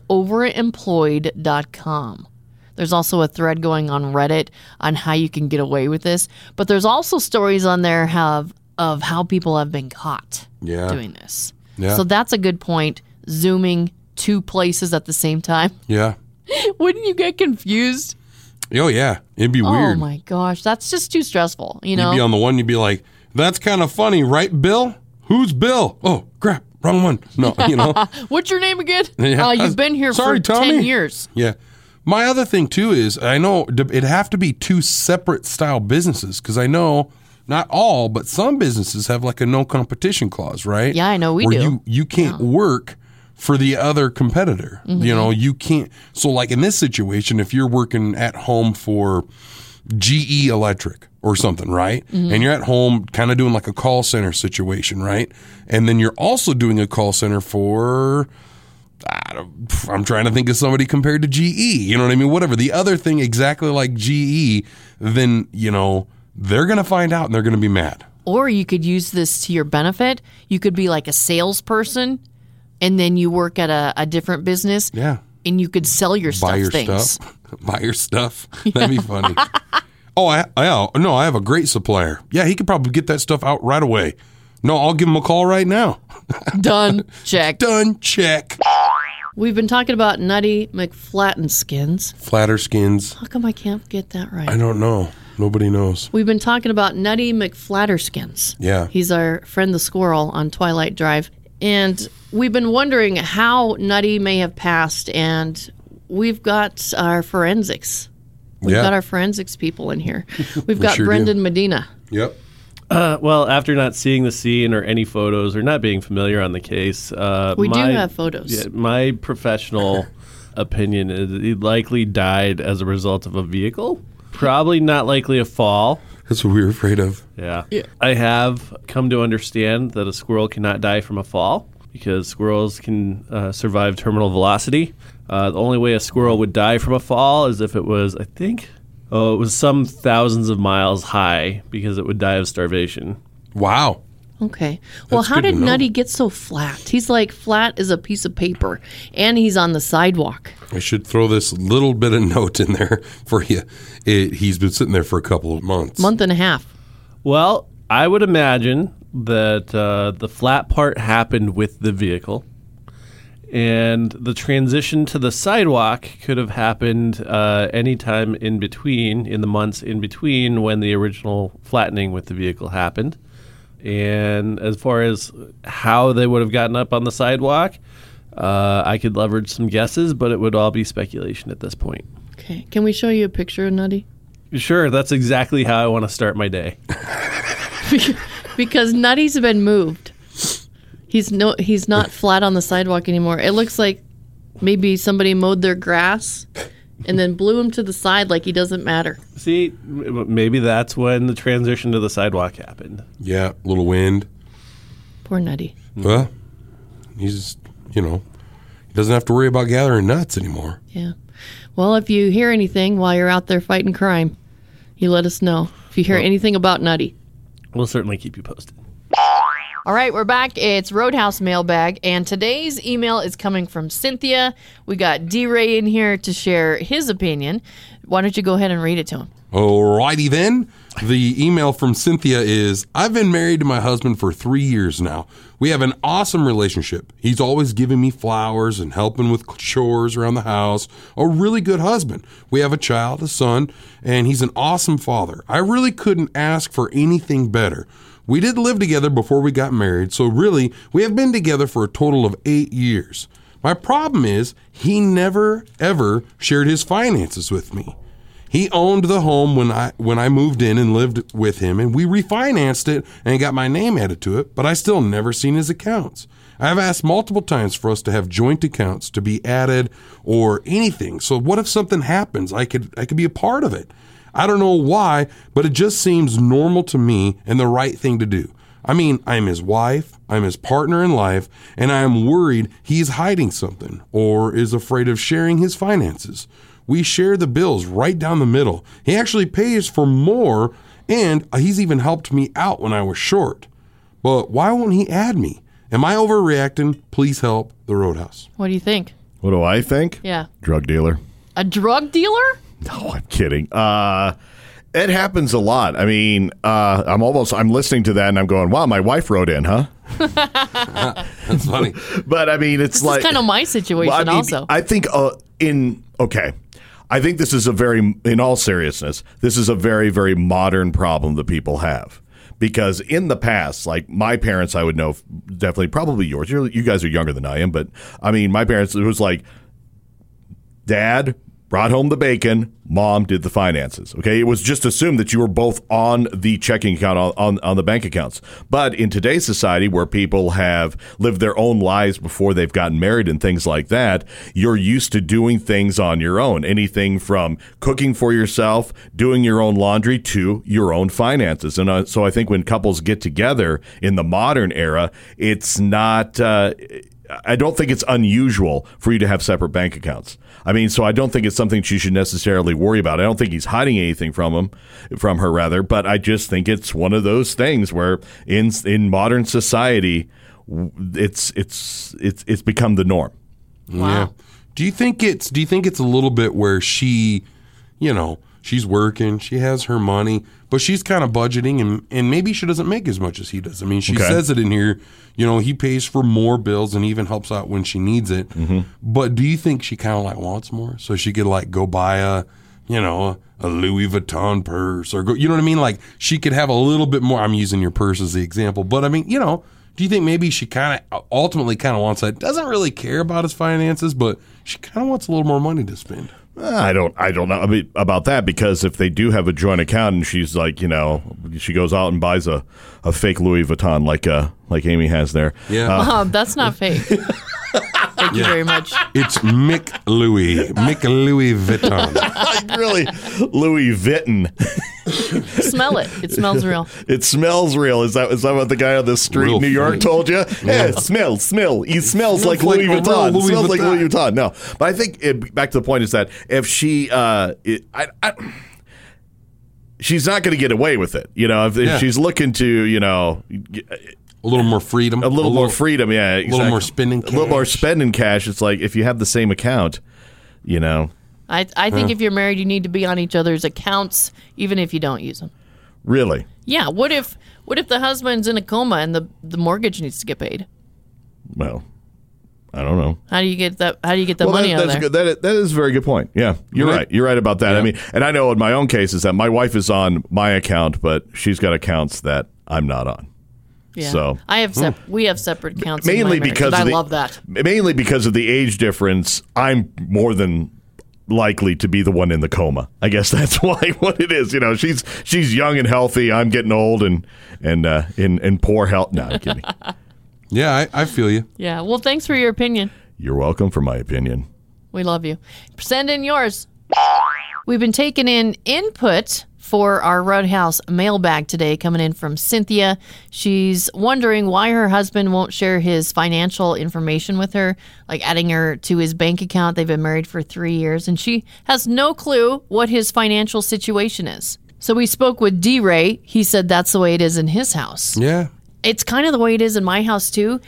Speaker 2: overemployed.com. There's also a thread going on Reddit on how you can get away with this, but there's also stories on there have of how people have been caught
Speaker 3: Yeah.
Speaker 2: doing this.
Speaker 3: Yeah.
Speaker 2: So that's a good point. Zooming two places at the same time.
Speaker 3: not. Yeah.
Speaker 2: Wouldn't you get confused?
Speaker 3: Oh yeah, it'd be
Speaker 2: Oh
Speaker 3: weird.
Speaker 2: my gosh, that's just too stressful. You know,
Speaker 3: You'd be on the one. You'd be like, that's kind of funny, right, Bill? Who's Bill? Oh crap, wrong one. No, you know.
Speaker 2: what's your name again?
Speaker 3: Yeah.
Speaker 2: Uh, you've been here
Speaker 3: Sorry,
Speaker 2: for ten
Speaker 3: Tommy.
Speaker 2: years.
Speaker 3: Yeah. My other thing too is I know d- it'd have to be two separate style businesses because I know not all, but some businesses have like a no competition clause, right?
Speaker 2: Yeah, I know we
Speaker 3: Where
Speaker 2: do.
Speaker 3: You you can't work for the other competitor.
Speaker 2: Mm-hmm.
Speaker 3: You know, you can't. So like in this situation, if you're working at home for GE Electric or something, right?
Speaker 2: Mm-hmm.
Speaker 13: Mhm.
Speaker 3: And you're at home kind of doing like a call center situation, right? And then you're also doing a call center for I don't, pff, I'm trying to think of somebody compared to GE. You know what I mean? Whatever. The other thing, exactly like GE, then, you know, they're going to find out and they're going to be mad.
Speaker 2: Or you could use this to your benefit. You could be like a salesperson, and then you work at a, a different business.
Speaker 3: Yeah.
Speaker 2: and you could sell your stuff
Speaker 3: Buy your
Speaker 2: things.
Speaker 3: stuff. Buy your stuff. That'd be funny. oh, I, I, no, I have a great supplier. Yeah, he could probably get that stuff out right away. No, I'll give him a call right now.
Speaker 2: Done. Check.
Speaker 3: Done. Check.
Speaker 2: We've been talking about Nutty McFlatten skins.
Speaker 3: Flatter skins.
Speaker 2: How come I can't get that right?
Speaker 3: I don't know. Nobody knows.
Speaker 2: We've been talking about Nutty McFlatterskins.
Speaker 3: Yeah.
Speaker 2: He's our friend the squirrel on Twilight Drive. And we've been wondering how Nutty may have passed, and we've got our forensics. We've
Speaker 14: Yeah.
Speaker 2: got our forensics people in here. We've
Speaker 14: We
Speaker 2: got
Speaker 14: sure do.
Speaker 2: Brendan Medina.
Speaker 3: Yep.
Speaker 14: Uh, well, after not seeing the scene or any photos or not being familiar on the case, uh,
Speaker 2: We do
Speaker 14: my-
Speaker 2: have photos.
Speaker 14: yeah, my professional opinion is he likely died as a result of a vehicle. Probably not likely a fall.
Speaker 3: That's what we were afraid of.
Speaker 14: Yeah.
Speaker 3: Yeah.
Speaker 14: I have come to understand that a squirrel cannot die from a fall because squirrels can uh, survive terminal velocity. Uh, the only way a squirrel would die from a fall is if it was, I think, oh, it was some thousands of miles high because it would die of starvation.
Speaker 3: Wow.
Speaker 2: Okay. Well,
Speaker 14: That's
Speaker 2: how
Speaker 14: good to
Speaker 2: did
Speaker 14: know.
Speaker 2: Nutty get so flat? He's like flat as a piece of paper, and he's on the sidewalk.
Speaker 3: I should throw this little bit of note in there for you. It, he's been sitting there for a couple of months.
Speaker 2: Month and a half.
Speaker 14: Well, I would imagine that uh, the flat part happened with the vehicle, and the transition to the sidewalk could have happened uh, any time in between, in the months in between when the original flattening with the vehicle happened. And as far as how they would have gotten up on the sidewalk, uh, I could leverage some guesses, but it would all be speculation at this point.
Speaker 2: Okay. Can we show you a picture of Nutty?
Speaker 14: Sure, that's exactly how I want to start my day.
Speaker 2: Because Nutty's been moved. He's no. He's not flat on the sidewalk anymore. It looks like maybe somebody mowed their grass and then blew him to the side like he doesn't matter.
Speaker 14: See, m- maybe that's when the transition to the sidewalk happened.
Speaker 3: Yeah, a little wind.
Speaker 2: Poor Nutty.
Speaker 3: Well, he's, you know, he doesn't have to worry about gathering nuts anymore.
Speaker 2: Yeah. Well, if you hear anything while you're out there fighting crime, you let us know. If you hear anything about Nutty.
Speaker 14: We'll certainly keep you posted.
Speaker 2: All right, we're back. It's Roadhouse Mailbag, and today's email is coming from Cynthia. We got D Ray in here to share his opinion. Why don't you go ahead and read it to him?
Speaker 3: Alrighty then. The email from Cynthia is I've been married to my husband for three years now. We have an awesome relationship. He's always giving me flowers and helping with chores around the house. A really good husband. We have a child, a son, and he's an awesome father. I really couldn't ask for anything better. We did live together before we got married, so really, we have been together for a total of eight years. My problem is, he never, ever shared his finances with me. He owned the home when I when I moved in and lived with him, and we refinanced it and got my name added to it. But I still never seen his accounts. I've asked multiple times for us to have joint accounts to be added or anything. So what if something happens? I could I could be a part of it. I don't know why, but it just seems normal to me and the right thing to do. I mean, I'm his wife, I'm his partner in life, and I am worried he's hiding something or is afraid of sharing his finances. We share the bills right down the middle. He actually pays for more, and uh, he's even helped me out when I was short. But why won't he add me? Am I overreacting? Please help the Roadhouse.
Speaker 2: What do you think?
Speaker 6: What do I think?
Speaker 2: Yeah.
Speaker 6: Drug dealer.
Speaker 2: A drug dealer?
Speaker 6: No, Oh, I'm kidding. Uh, it happens a lot. I mean, uh, I'm almost I'm listening to that and I'm going, "Wow, my wife wrote in, huh?"
Speaker 3: That's funny.
Speaker 6: but I mean, it's
Speaker 2: This
Speaker 6: like
Speaker 2: is kind of my situation,
Speaker 6: Well, I mean,
Speaker 2: also.
Speaker 6: I think uh, in okay, I think this is a very in all seriousness, this is a very very modern problem that people have. Because in the past, like my parents, I would know definitely, probably yours. You're, you guys are younger than I am, but I mean, my parents, it was like, Dad brought home the bacon. Mom did the finances. Okay, it was just assumed that you were both on the checking account on, on, on the bank accounts. But in today's society, where people have lived their own lives before they've gotten married and things like that, you're used to doing things on your own. Anything from cooking for yourself, doing your own laundry, to your own finances. And uh, so I think when couples get together in the modern era, it's not. Uh, I don't think it's unusual for you to have separate bank accounts. I mean, so I don't think it's something she should necessarily worry about. I don't think he's hiding anything from him, from her rather. But I just think it's one of those things where in in modern society, w- it's it's it's it's become the norm.
Speaker 3: Yeah. Do you think it's do you think it's a little bit where she, you know, she's working, she has her money, but she's kind of budgeting and and maybe she doesn't make as much as he does. I mean, she
Speaker 6: Okay.
Speaker 3: says it in here, you know, he pays for more bills and even helps out when she needs it. But do you think she kind of like wants more so she could like go buy a, you know, a Louis Vuitton purse or go, you know what I mean? Like she could have a little bit more. I'm using your purse as the example, but I mean, you know, Do you think maybe she kind of ultimately kind of wants that? Doesn't really care about his finances, but she kind of wants a little more money to spend.
Speaker 6: I don't. I don't know I mean, about that because if they do have a joint account and she's like, you know, she goes out and buys a, a fake Louis Vuitton like uh like Amy has there.
Speaker 3: Yeah.
Speaker 2: Wow, Um, that's not fake. Thank you very much.
Speaker 3: It's Mick Louis. Mick Louis Vuitton.
Speaker 6: Uh, really, Louis Vuitton.
Speaker 2: Smell it. It smells real.
Speaker 6: It smells real. Is that is that what the guy on the street
Speaker 3: Real
Speaker 6: in New York
Speaker 3: fruit.
Speaker 6: told you? Yeah, it smells, smell. He smells like
Speaker 3: like
Speaker 6: Louis
Speaker 3: a real
Speaker 6: Vuitton.
Speaker 3: Louis
Speaker 6: smells like
Speaker 3: Vuitton.
Speaker 6: Louis Vuitton. No, but I think it, back to the point is that if she, uh, it, I, I, she's not going to get away with it. You know, if, if
Speaker 3: Yeah.
Speaker 6: she's looking to, you know. g-
Speaker 3: A little more freedom.
Speaker 6: A little, more freedom, yeah.
Speaker 3: little more spending
Speaker 6: A little more spending cash. It's like if you have the same account, you know.
Speaker 2: I, I think
Speaker 6: Huh.
Speaker 2: if you're married, you need to be on each other's accounts, even if you don't use them.
Speaker 6: Really?
Speaker 2: Yeah. What if What if the husband's in a coma and the the mortgage needs to get paid?
Speaker 6: Well, I don't know.
Speaker 2: How do you get that? How do you get the
Speaker 6: well,
Speaker 2: money
Speaker 6: that,
Speaker 2: out
Speaker 6: that's
Speaker 2: of there?
Speaker 6: Good. That, is- that is a very good point. Yeah, you're
Speaker 3: Right.
Speaker 6: right. You're right about that. I mean, and I know in my own case is that my wife is on my account, but she's got accounts that I'm not on.
Speaker 2: Yeah.
Speaker 6: So
Speaker 2: I have sep- we have separate accounts. in my
Speaker 6: Hmm. mainly
Speaker 2: marriage,
Speaker 6: because
Speaker 2: and I
Speaker 6: of the-
Speaker 2: love that.
Speaker 6: mainly because of the age difference, I'm more than likely to be the one in the coma. I guess that's why what it is. You know, she's she's young and healthy. I'm getting old and and uh, in in poor health. No, I'm kidding.
Speaker 3: yeah, I, I feel you.
Speaker 2: Yeah. Well, thanks for your opinion.
Speaker 6: You're welcome for my opinion.
Speaker 2: We love you. Send in yours. We've been taking in input for our Roadhouse mailbag today, coming in from Cynthia. She's wondering why her husband won't share his financial information with her, like adding her to his bank account. They've been married for three years, and she has no clue what his financial situation is. So we spoke with D Ray. He said that's the way it is in his house
Speaker 3: Yeah.
Speaker 2: it's kind of the way it is in my house too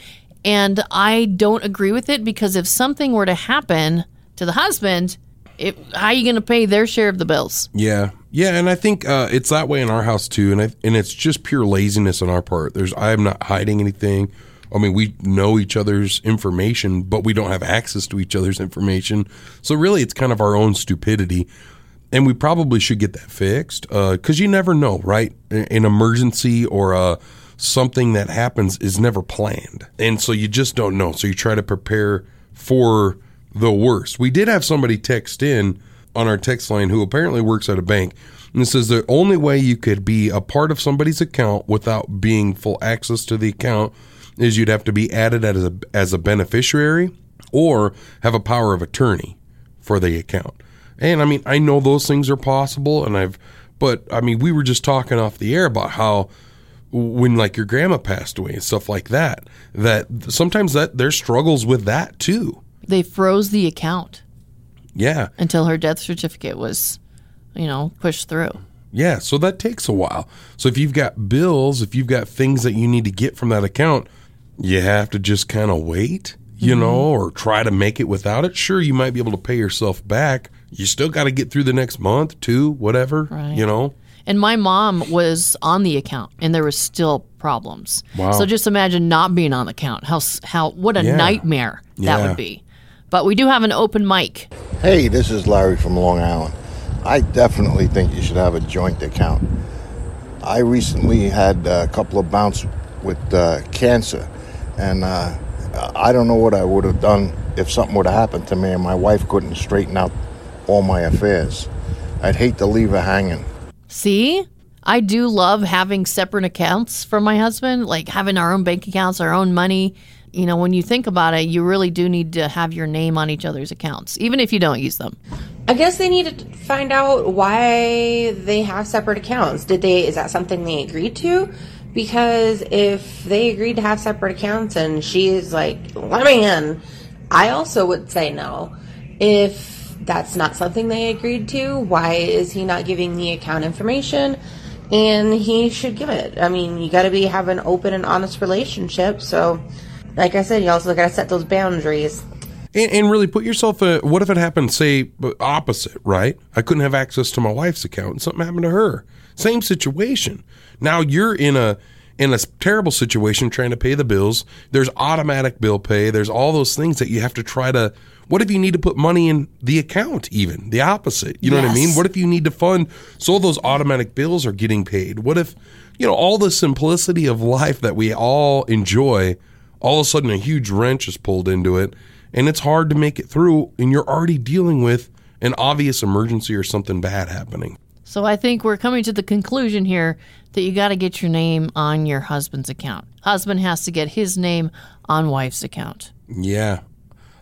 Speaker 2: and i don't agree with it because if something were to happen to the husband it, how are you going to pay their share of the bills
Speaker 3: Yeah, yeah, and I think uh, it's that way in our house too, and I, and it's just pure laziness on our part. There's I am not hiding anything. I mean, we know each other's information, but we don't have access to each other's information. So really, it's kind of our own stupidity, and we probably should get that fixed because you never know, right? A- An emergency or a something that happens is never planned, and so you just don't know. So you try to prepare for the worst. We did have somebody text in on our text line who apparently works at a bank and says the only way you could be a part of somebody's account without being full access to the account is you'd have to be added as a as a beneficiary or have a power of attorney for the account. And I mean, I know those things are possible and I've but I mean, we were just talking off the air about how when like your grandma passed away and stuff like that that sometimes that there's struggles with that too.
Speaker 2: they froze the account
Speaker 3: Yeah.
Speaker 2: until her death certificate was you know pushed through
Speaker 3: Yeah, so that takes a while. So if you've got bills, if you've got things that you need to get from that account, you have to just kind of wait, you know, or try to make it without it. Sure, you might be able to pay yourself back. You still got to get through the next month, two, whatever,
Speaker 2: Right.
Speaker 3: you know.
Speaker 2: and my mom was on the account and there was still problems
Speaker 3: Wow.
Speaker 2: so just imagine not being on the account how s- how what a
Speaker 13: Yeah.
Speaker 2: nightmare that
Speaker 13: Yeah.
Speaker 2: would be but we do have an open mic
Speaker 13: Hey, this is Larry from Long Island. I definitely think you should have a joint account. I recently had uh, a couple of bouts with uh, cancer, and uh, I don't know what I would have done if something would have happened to me and my wife couldn't straighten out all my affairs. I'd hate to leave her hanging.
Speaker 2: See, I do love having separate accounts from my husband, like having our own bank accounts, our own money. You know, when you think about it, you really do need to have your name on each other's accounts, even if you don't use them.
Speaker 15: I guess they need to find out why they have separate accounts. Did they is that something they agreed to? Because if they agreed to have separate accounts and she's like, "Let me in," I also would say no. If that's not something they agreed to, why is he not giving the account information? And he should give it. I mean, you got to be have an open and honest relationship. So, like I said, you also got to set those boundaries.
Speaker 3: And, and really put yourself, uh what if it happened, say, b- opposite, right? I couldn't have access to my wife's account and something happened to her. Same situation. Now you're in a, in a s- terrible situation trying to pay the bills. There's automatic bill pay. There's all those things that you have to try to What if you need to put money in the account, even the opposite? You know what I mean?
Speaker 6: Yes.
Speaker 3: What if you need to fund so those automatic bills are getting paid? What if, you know, all the simplicity of life that we all enjoy, all of a sudden a huge wrench is pulled into it and it's hard to make it through and you're already dealing with an obvious emergency or something bad happening?
Speaker 2: So I think we're coming to the conclusion here that you got to get your name on your husband's account. Husband has to get his name on wife's account.
Speaker 3: Yeah.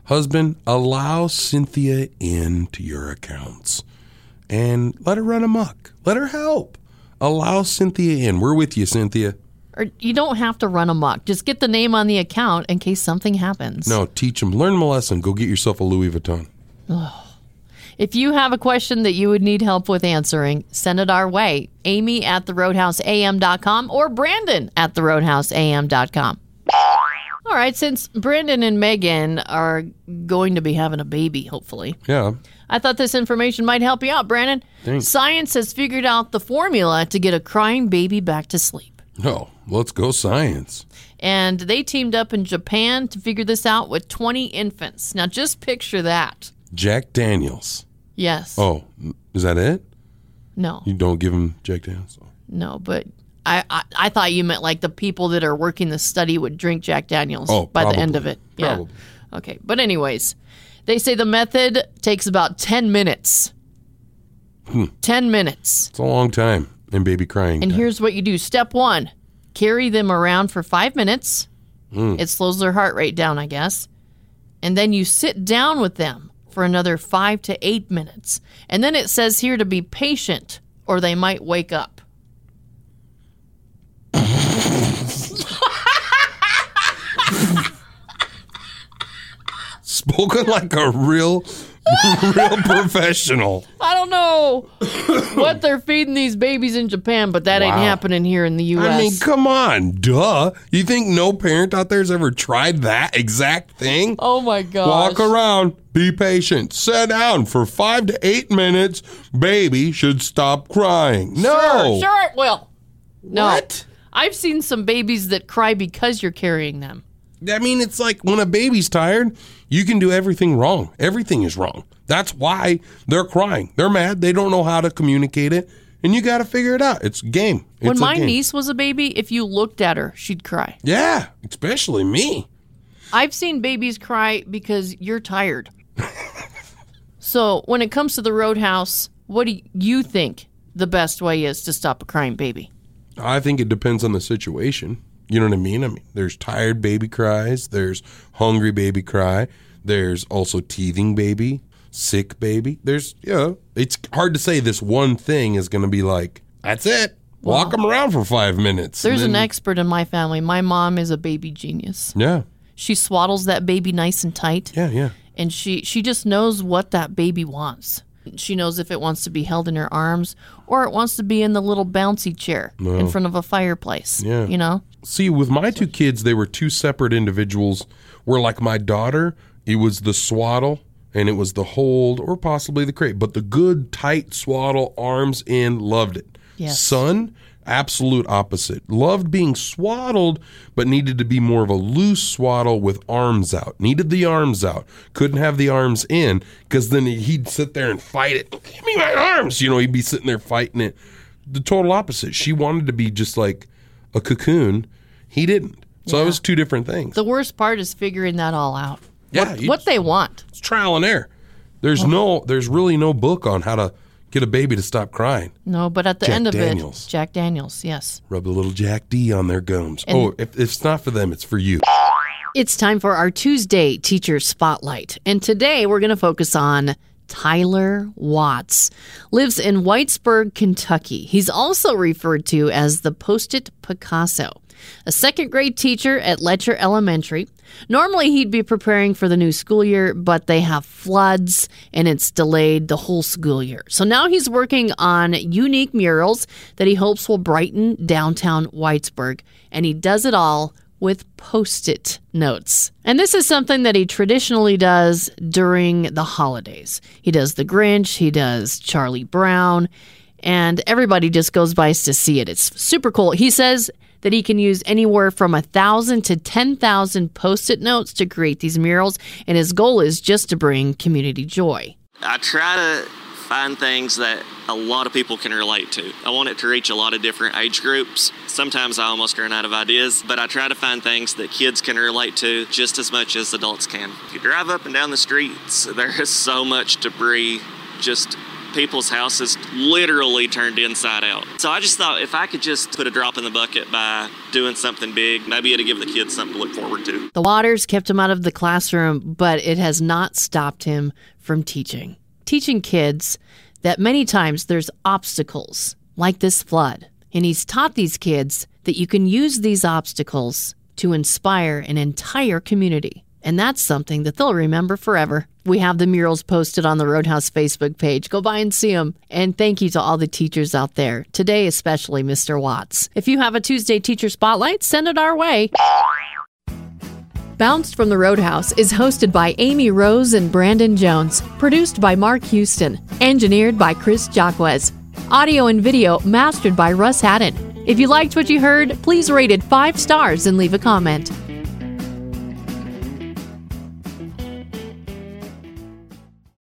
Speaker 3: Husband, allow Cynthia into your accounts and let her run amok. Let her help. Allow Cynthia in. We're with you, Cynthia.
Speaker 2: Or you don't have to run amok. Just get the name on the account in case something happens.
Speaker 3: No, teach them. Learn them a lesson. Go get yourself a Louis Vuitton.
Speaker 2: Ugh. If you have a question that you would need help with answering, send it our way. Amy at theroadhouseam.com or Brandon at theroadhouseam.com. All right, since Brandon and Megan are going to be having a baby, hopefully,
Speaker 3: Yeah.
Speaker 2: I thought this information might help you out, Brandon.
Speaker 3: Thanks.
Speaker 2: Science has figured out the formula to get a crying baby back to sleep.
Speaker 3: No, let's go science.
Speaker 2: And they teamed up in Japan to figure this out with 20 infants. Now, just picture that.
Speaker 3: Jack Daniels.
Speaker 2: Yes.
Speaker 3: Oh, is that it?
Speaker 2: No.
Speaker 3: You don't give him Jack Daniels? Oh,
Speaker 2: No, but I, I I thought you meant like the people that are working the study would drink Jack Daniels
Speaker 3: Oh,
Speaker 2: by the end
Speaker 3: probably.
Speaker 2: of it. Yeah.
Speaker 3: Probably.
Speaker 2: Okay, but anyways, they say the method takes about ten minutes.
Speaker 3: Hmm.
Speaker 2: Ten minutes.
Speaker 3: It's a long time and baby crying.
Speaker 2: And here's what you do. Step one, carry them around for five minutes.
Speaker 3: Mm.
Speaker 2: It slows their heart rate down, I guess. And then you sit down with them for another five to eight minutes. And then it says here to be patient or they might wake up.
Speaker 3: Spoken like a real, real professional.
Speaker 2: I don't know what they're feeding these babies in Japan, but that ain't
Speaker 3: Wow.
Speaker 2: happening here in the U.S.
Speaker 3: I mean, come on, duh. You think no parent out there's ever tried that exact thing?
Speaker 2: Oh my gosh.
Speaker 3: Walk around, be patient, sit down for five to eight minutes. Baby should stop crying. No,
Speaker 2: Sure, sure it will. No.
Speaker 3: What?
Speaker 2: I've seen some babies that cry because you're carrying them.
Speaker 3: I mean, it's like when a baby's tired, you can do everything wrong. Everything is wrong. That's why they're crying. They're mad. They don't know how to communicate it, and you got to figure it out. It's a game. It's
Speaker 2: when
Speaker 3: a
Speaker 2: my
Speaker 3: game.
Speaker 2: niece was a baby, if you looked at her, she'd cry.
Speaker 3: yeah, especially me.
Speaker 2: I've seen babies cry because you're tired. so when it comes to the roadhouse, what do you think the best way is to stop a crying baby?
Speaker 3: I think it depends on the situation. You know what I mean? I mean, there's tired baby cries, there's hungry baby cry, there's also teething baby, sick baby. There's, you know, it's hard to say this one thing is going to be like, that's it. Walk them around for five minutes. and
Speaker 2: There's an
Speaker 3: then-
Speaker 2: expert in my family. My mom is a baby genius.
Speaker 3: Yeah.
Speaker 2: She swaddles that baby nice and tight.
Speaker 3: Yeah, yeah.
Speaker 2: And she she just knows what that baby wants. She knows if it wants to be held in her arms or it wants to be in the little bouncy chair
Speaker 3: Wow.
Speaker 2: in front of a fireplace.
Speaker 3: Yeah.
Speaker 2: You know?
Speaker 3: See, with my two kids, they were two separate individuals. Where like my daughter, it was the swaddle and it was the hold or possibly the crate, but the good tight swaddle, arms in, loved it.
Speaker 6: Yes.
Speaker 3: Son, absolute opposite. Loved being swaddled, but needed to be more of a loose swaddle with arms out. Needed the arms out. Couldn't have the arms in because then he'd sit there and fight it. Give me my arms. You know, he'd be sitting there fighting it. The total opposite. She wanted to be just like a cocoon. He didn't. So it was two different things.
Speaker 2: The worst part is figuring that all out.
Speaker 3: Yeah,
Speaker 2: What,
Speaker 3: you-
Speaker 2: what they want.
Speaker 3: It's trial and error. There's no, there's really no book on how to get a baby to stop crying.
Speaker 2: No, but at the
Speaker 3: Jack
Speaker 2: end of
Speaker 3: Daniels.
Speaker 2: it, Jack Daniels, yes.
Speaker 3: Rub the little Jack D on their gums.
Speaker 2: And-
Speaker 3: oh, if, if it's not for them, it's for you.
Speaker 2: It's time for our Tuesday Teacher Spotlight. And today we're going to focus on Tyler Watts. Lives in Whitesburg, Kentucky. He's also referred to as the Post-it Picasso. A second grade teacher at Letcher Elementary. Normally he'd be preparing for the new school year, but they have floods and it's delayed the whole school year. So now he's working on unique murals that he hopes will brighten downtown Whitesburg. And he does it all with post it notes. And this is something that he traditionally does during the holidays. He does The Grinch, he does Charlie Brown, and everybody just goes by to see it. It's super cool. He says that he can use anywhere from a thousand to ten thousand post-it notes to create these murals, and his goal is just to bring community joy.
Speaker 14: I try to find things that a lot of people can relate to. I want it to reach a lot of different age groups. Sometimes I almost run out of ideas, but I try to find things that kids can relate to just as much as adults can. If you drive up and down the streets, there is so much debris, just people's houses literally turned inside out. So I just thought if I could just put a drop in the bucket by doing something big, maybe it'd give the kids something to look forward to.
Speaker 2: The waters kept him out of the classroom, but it has not stopped him from teaching. Teaching kids that many times there's obstacles like this flood. And he's taught these kids that you can use these obstacles to inspire an entire community. And that's something that they'll remember forever. We have the murals posted on the Roadhouse Facebook page. Go by and see them. And thank you to all the teachers out there, today especially Mr. Watts. If you have a Tuesday teacher spotlight, send it our way. Bounced from the Roadhouse is hosted by Amy Rose and Brandon Jones, produced by Mark Houston, engineered by Chris Jaques. Audio and video mastered by Russ Haddon. If you liked what you heard, please rate it five stars and leave a comment.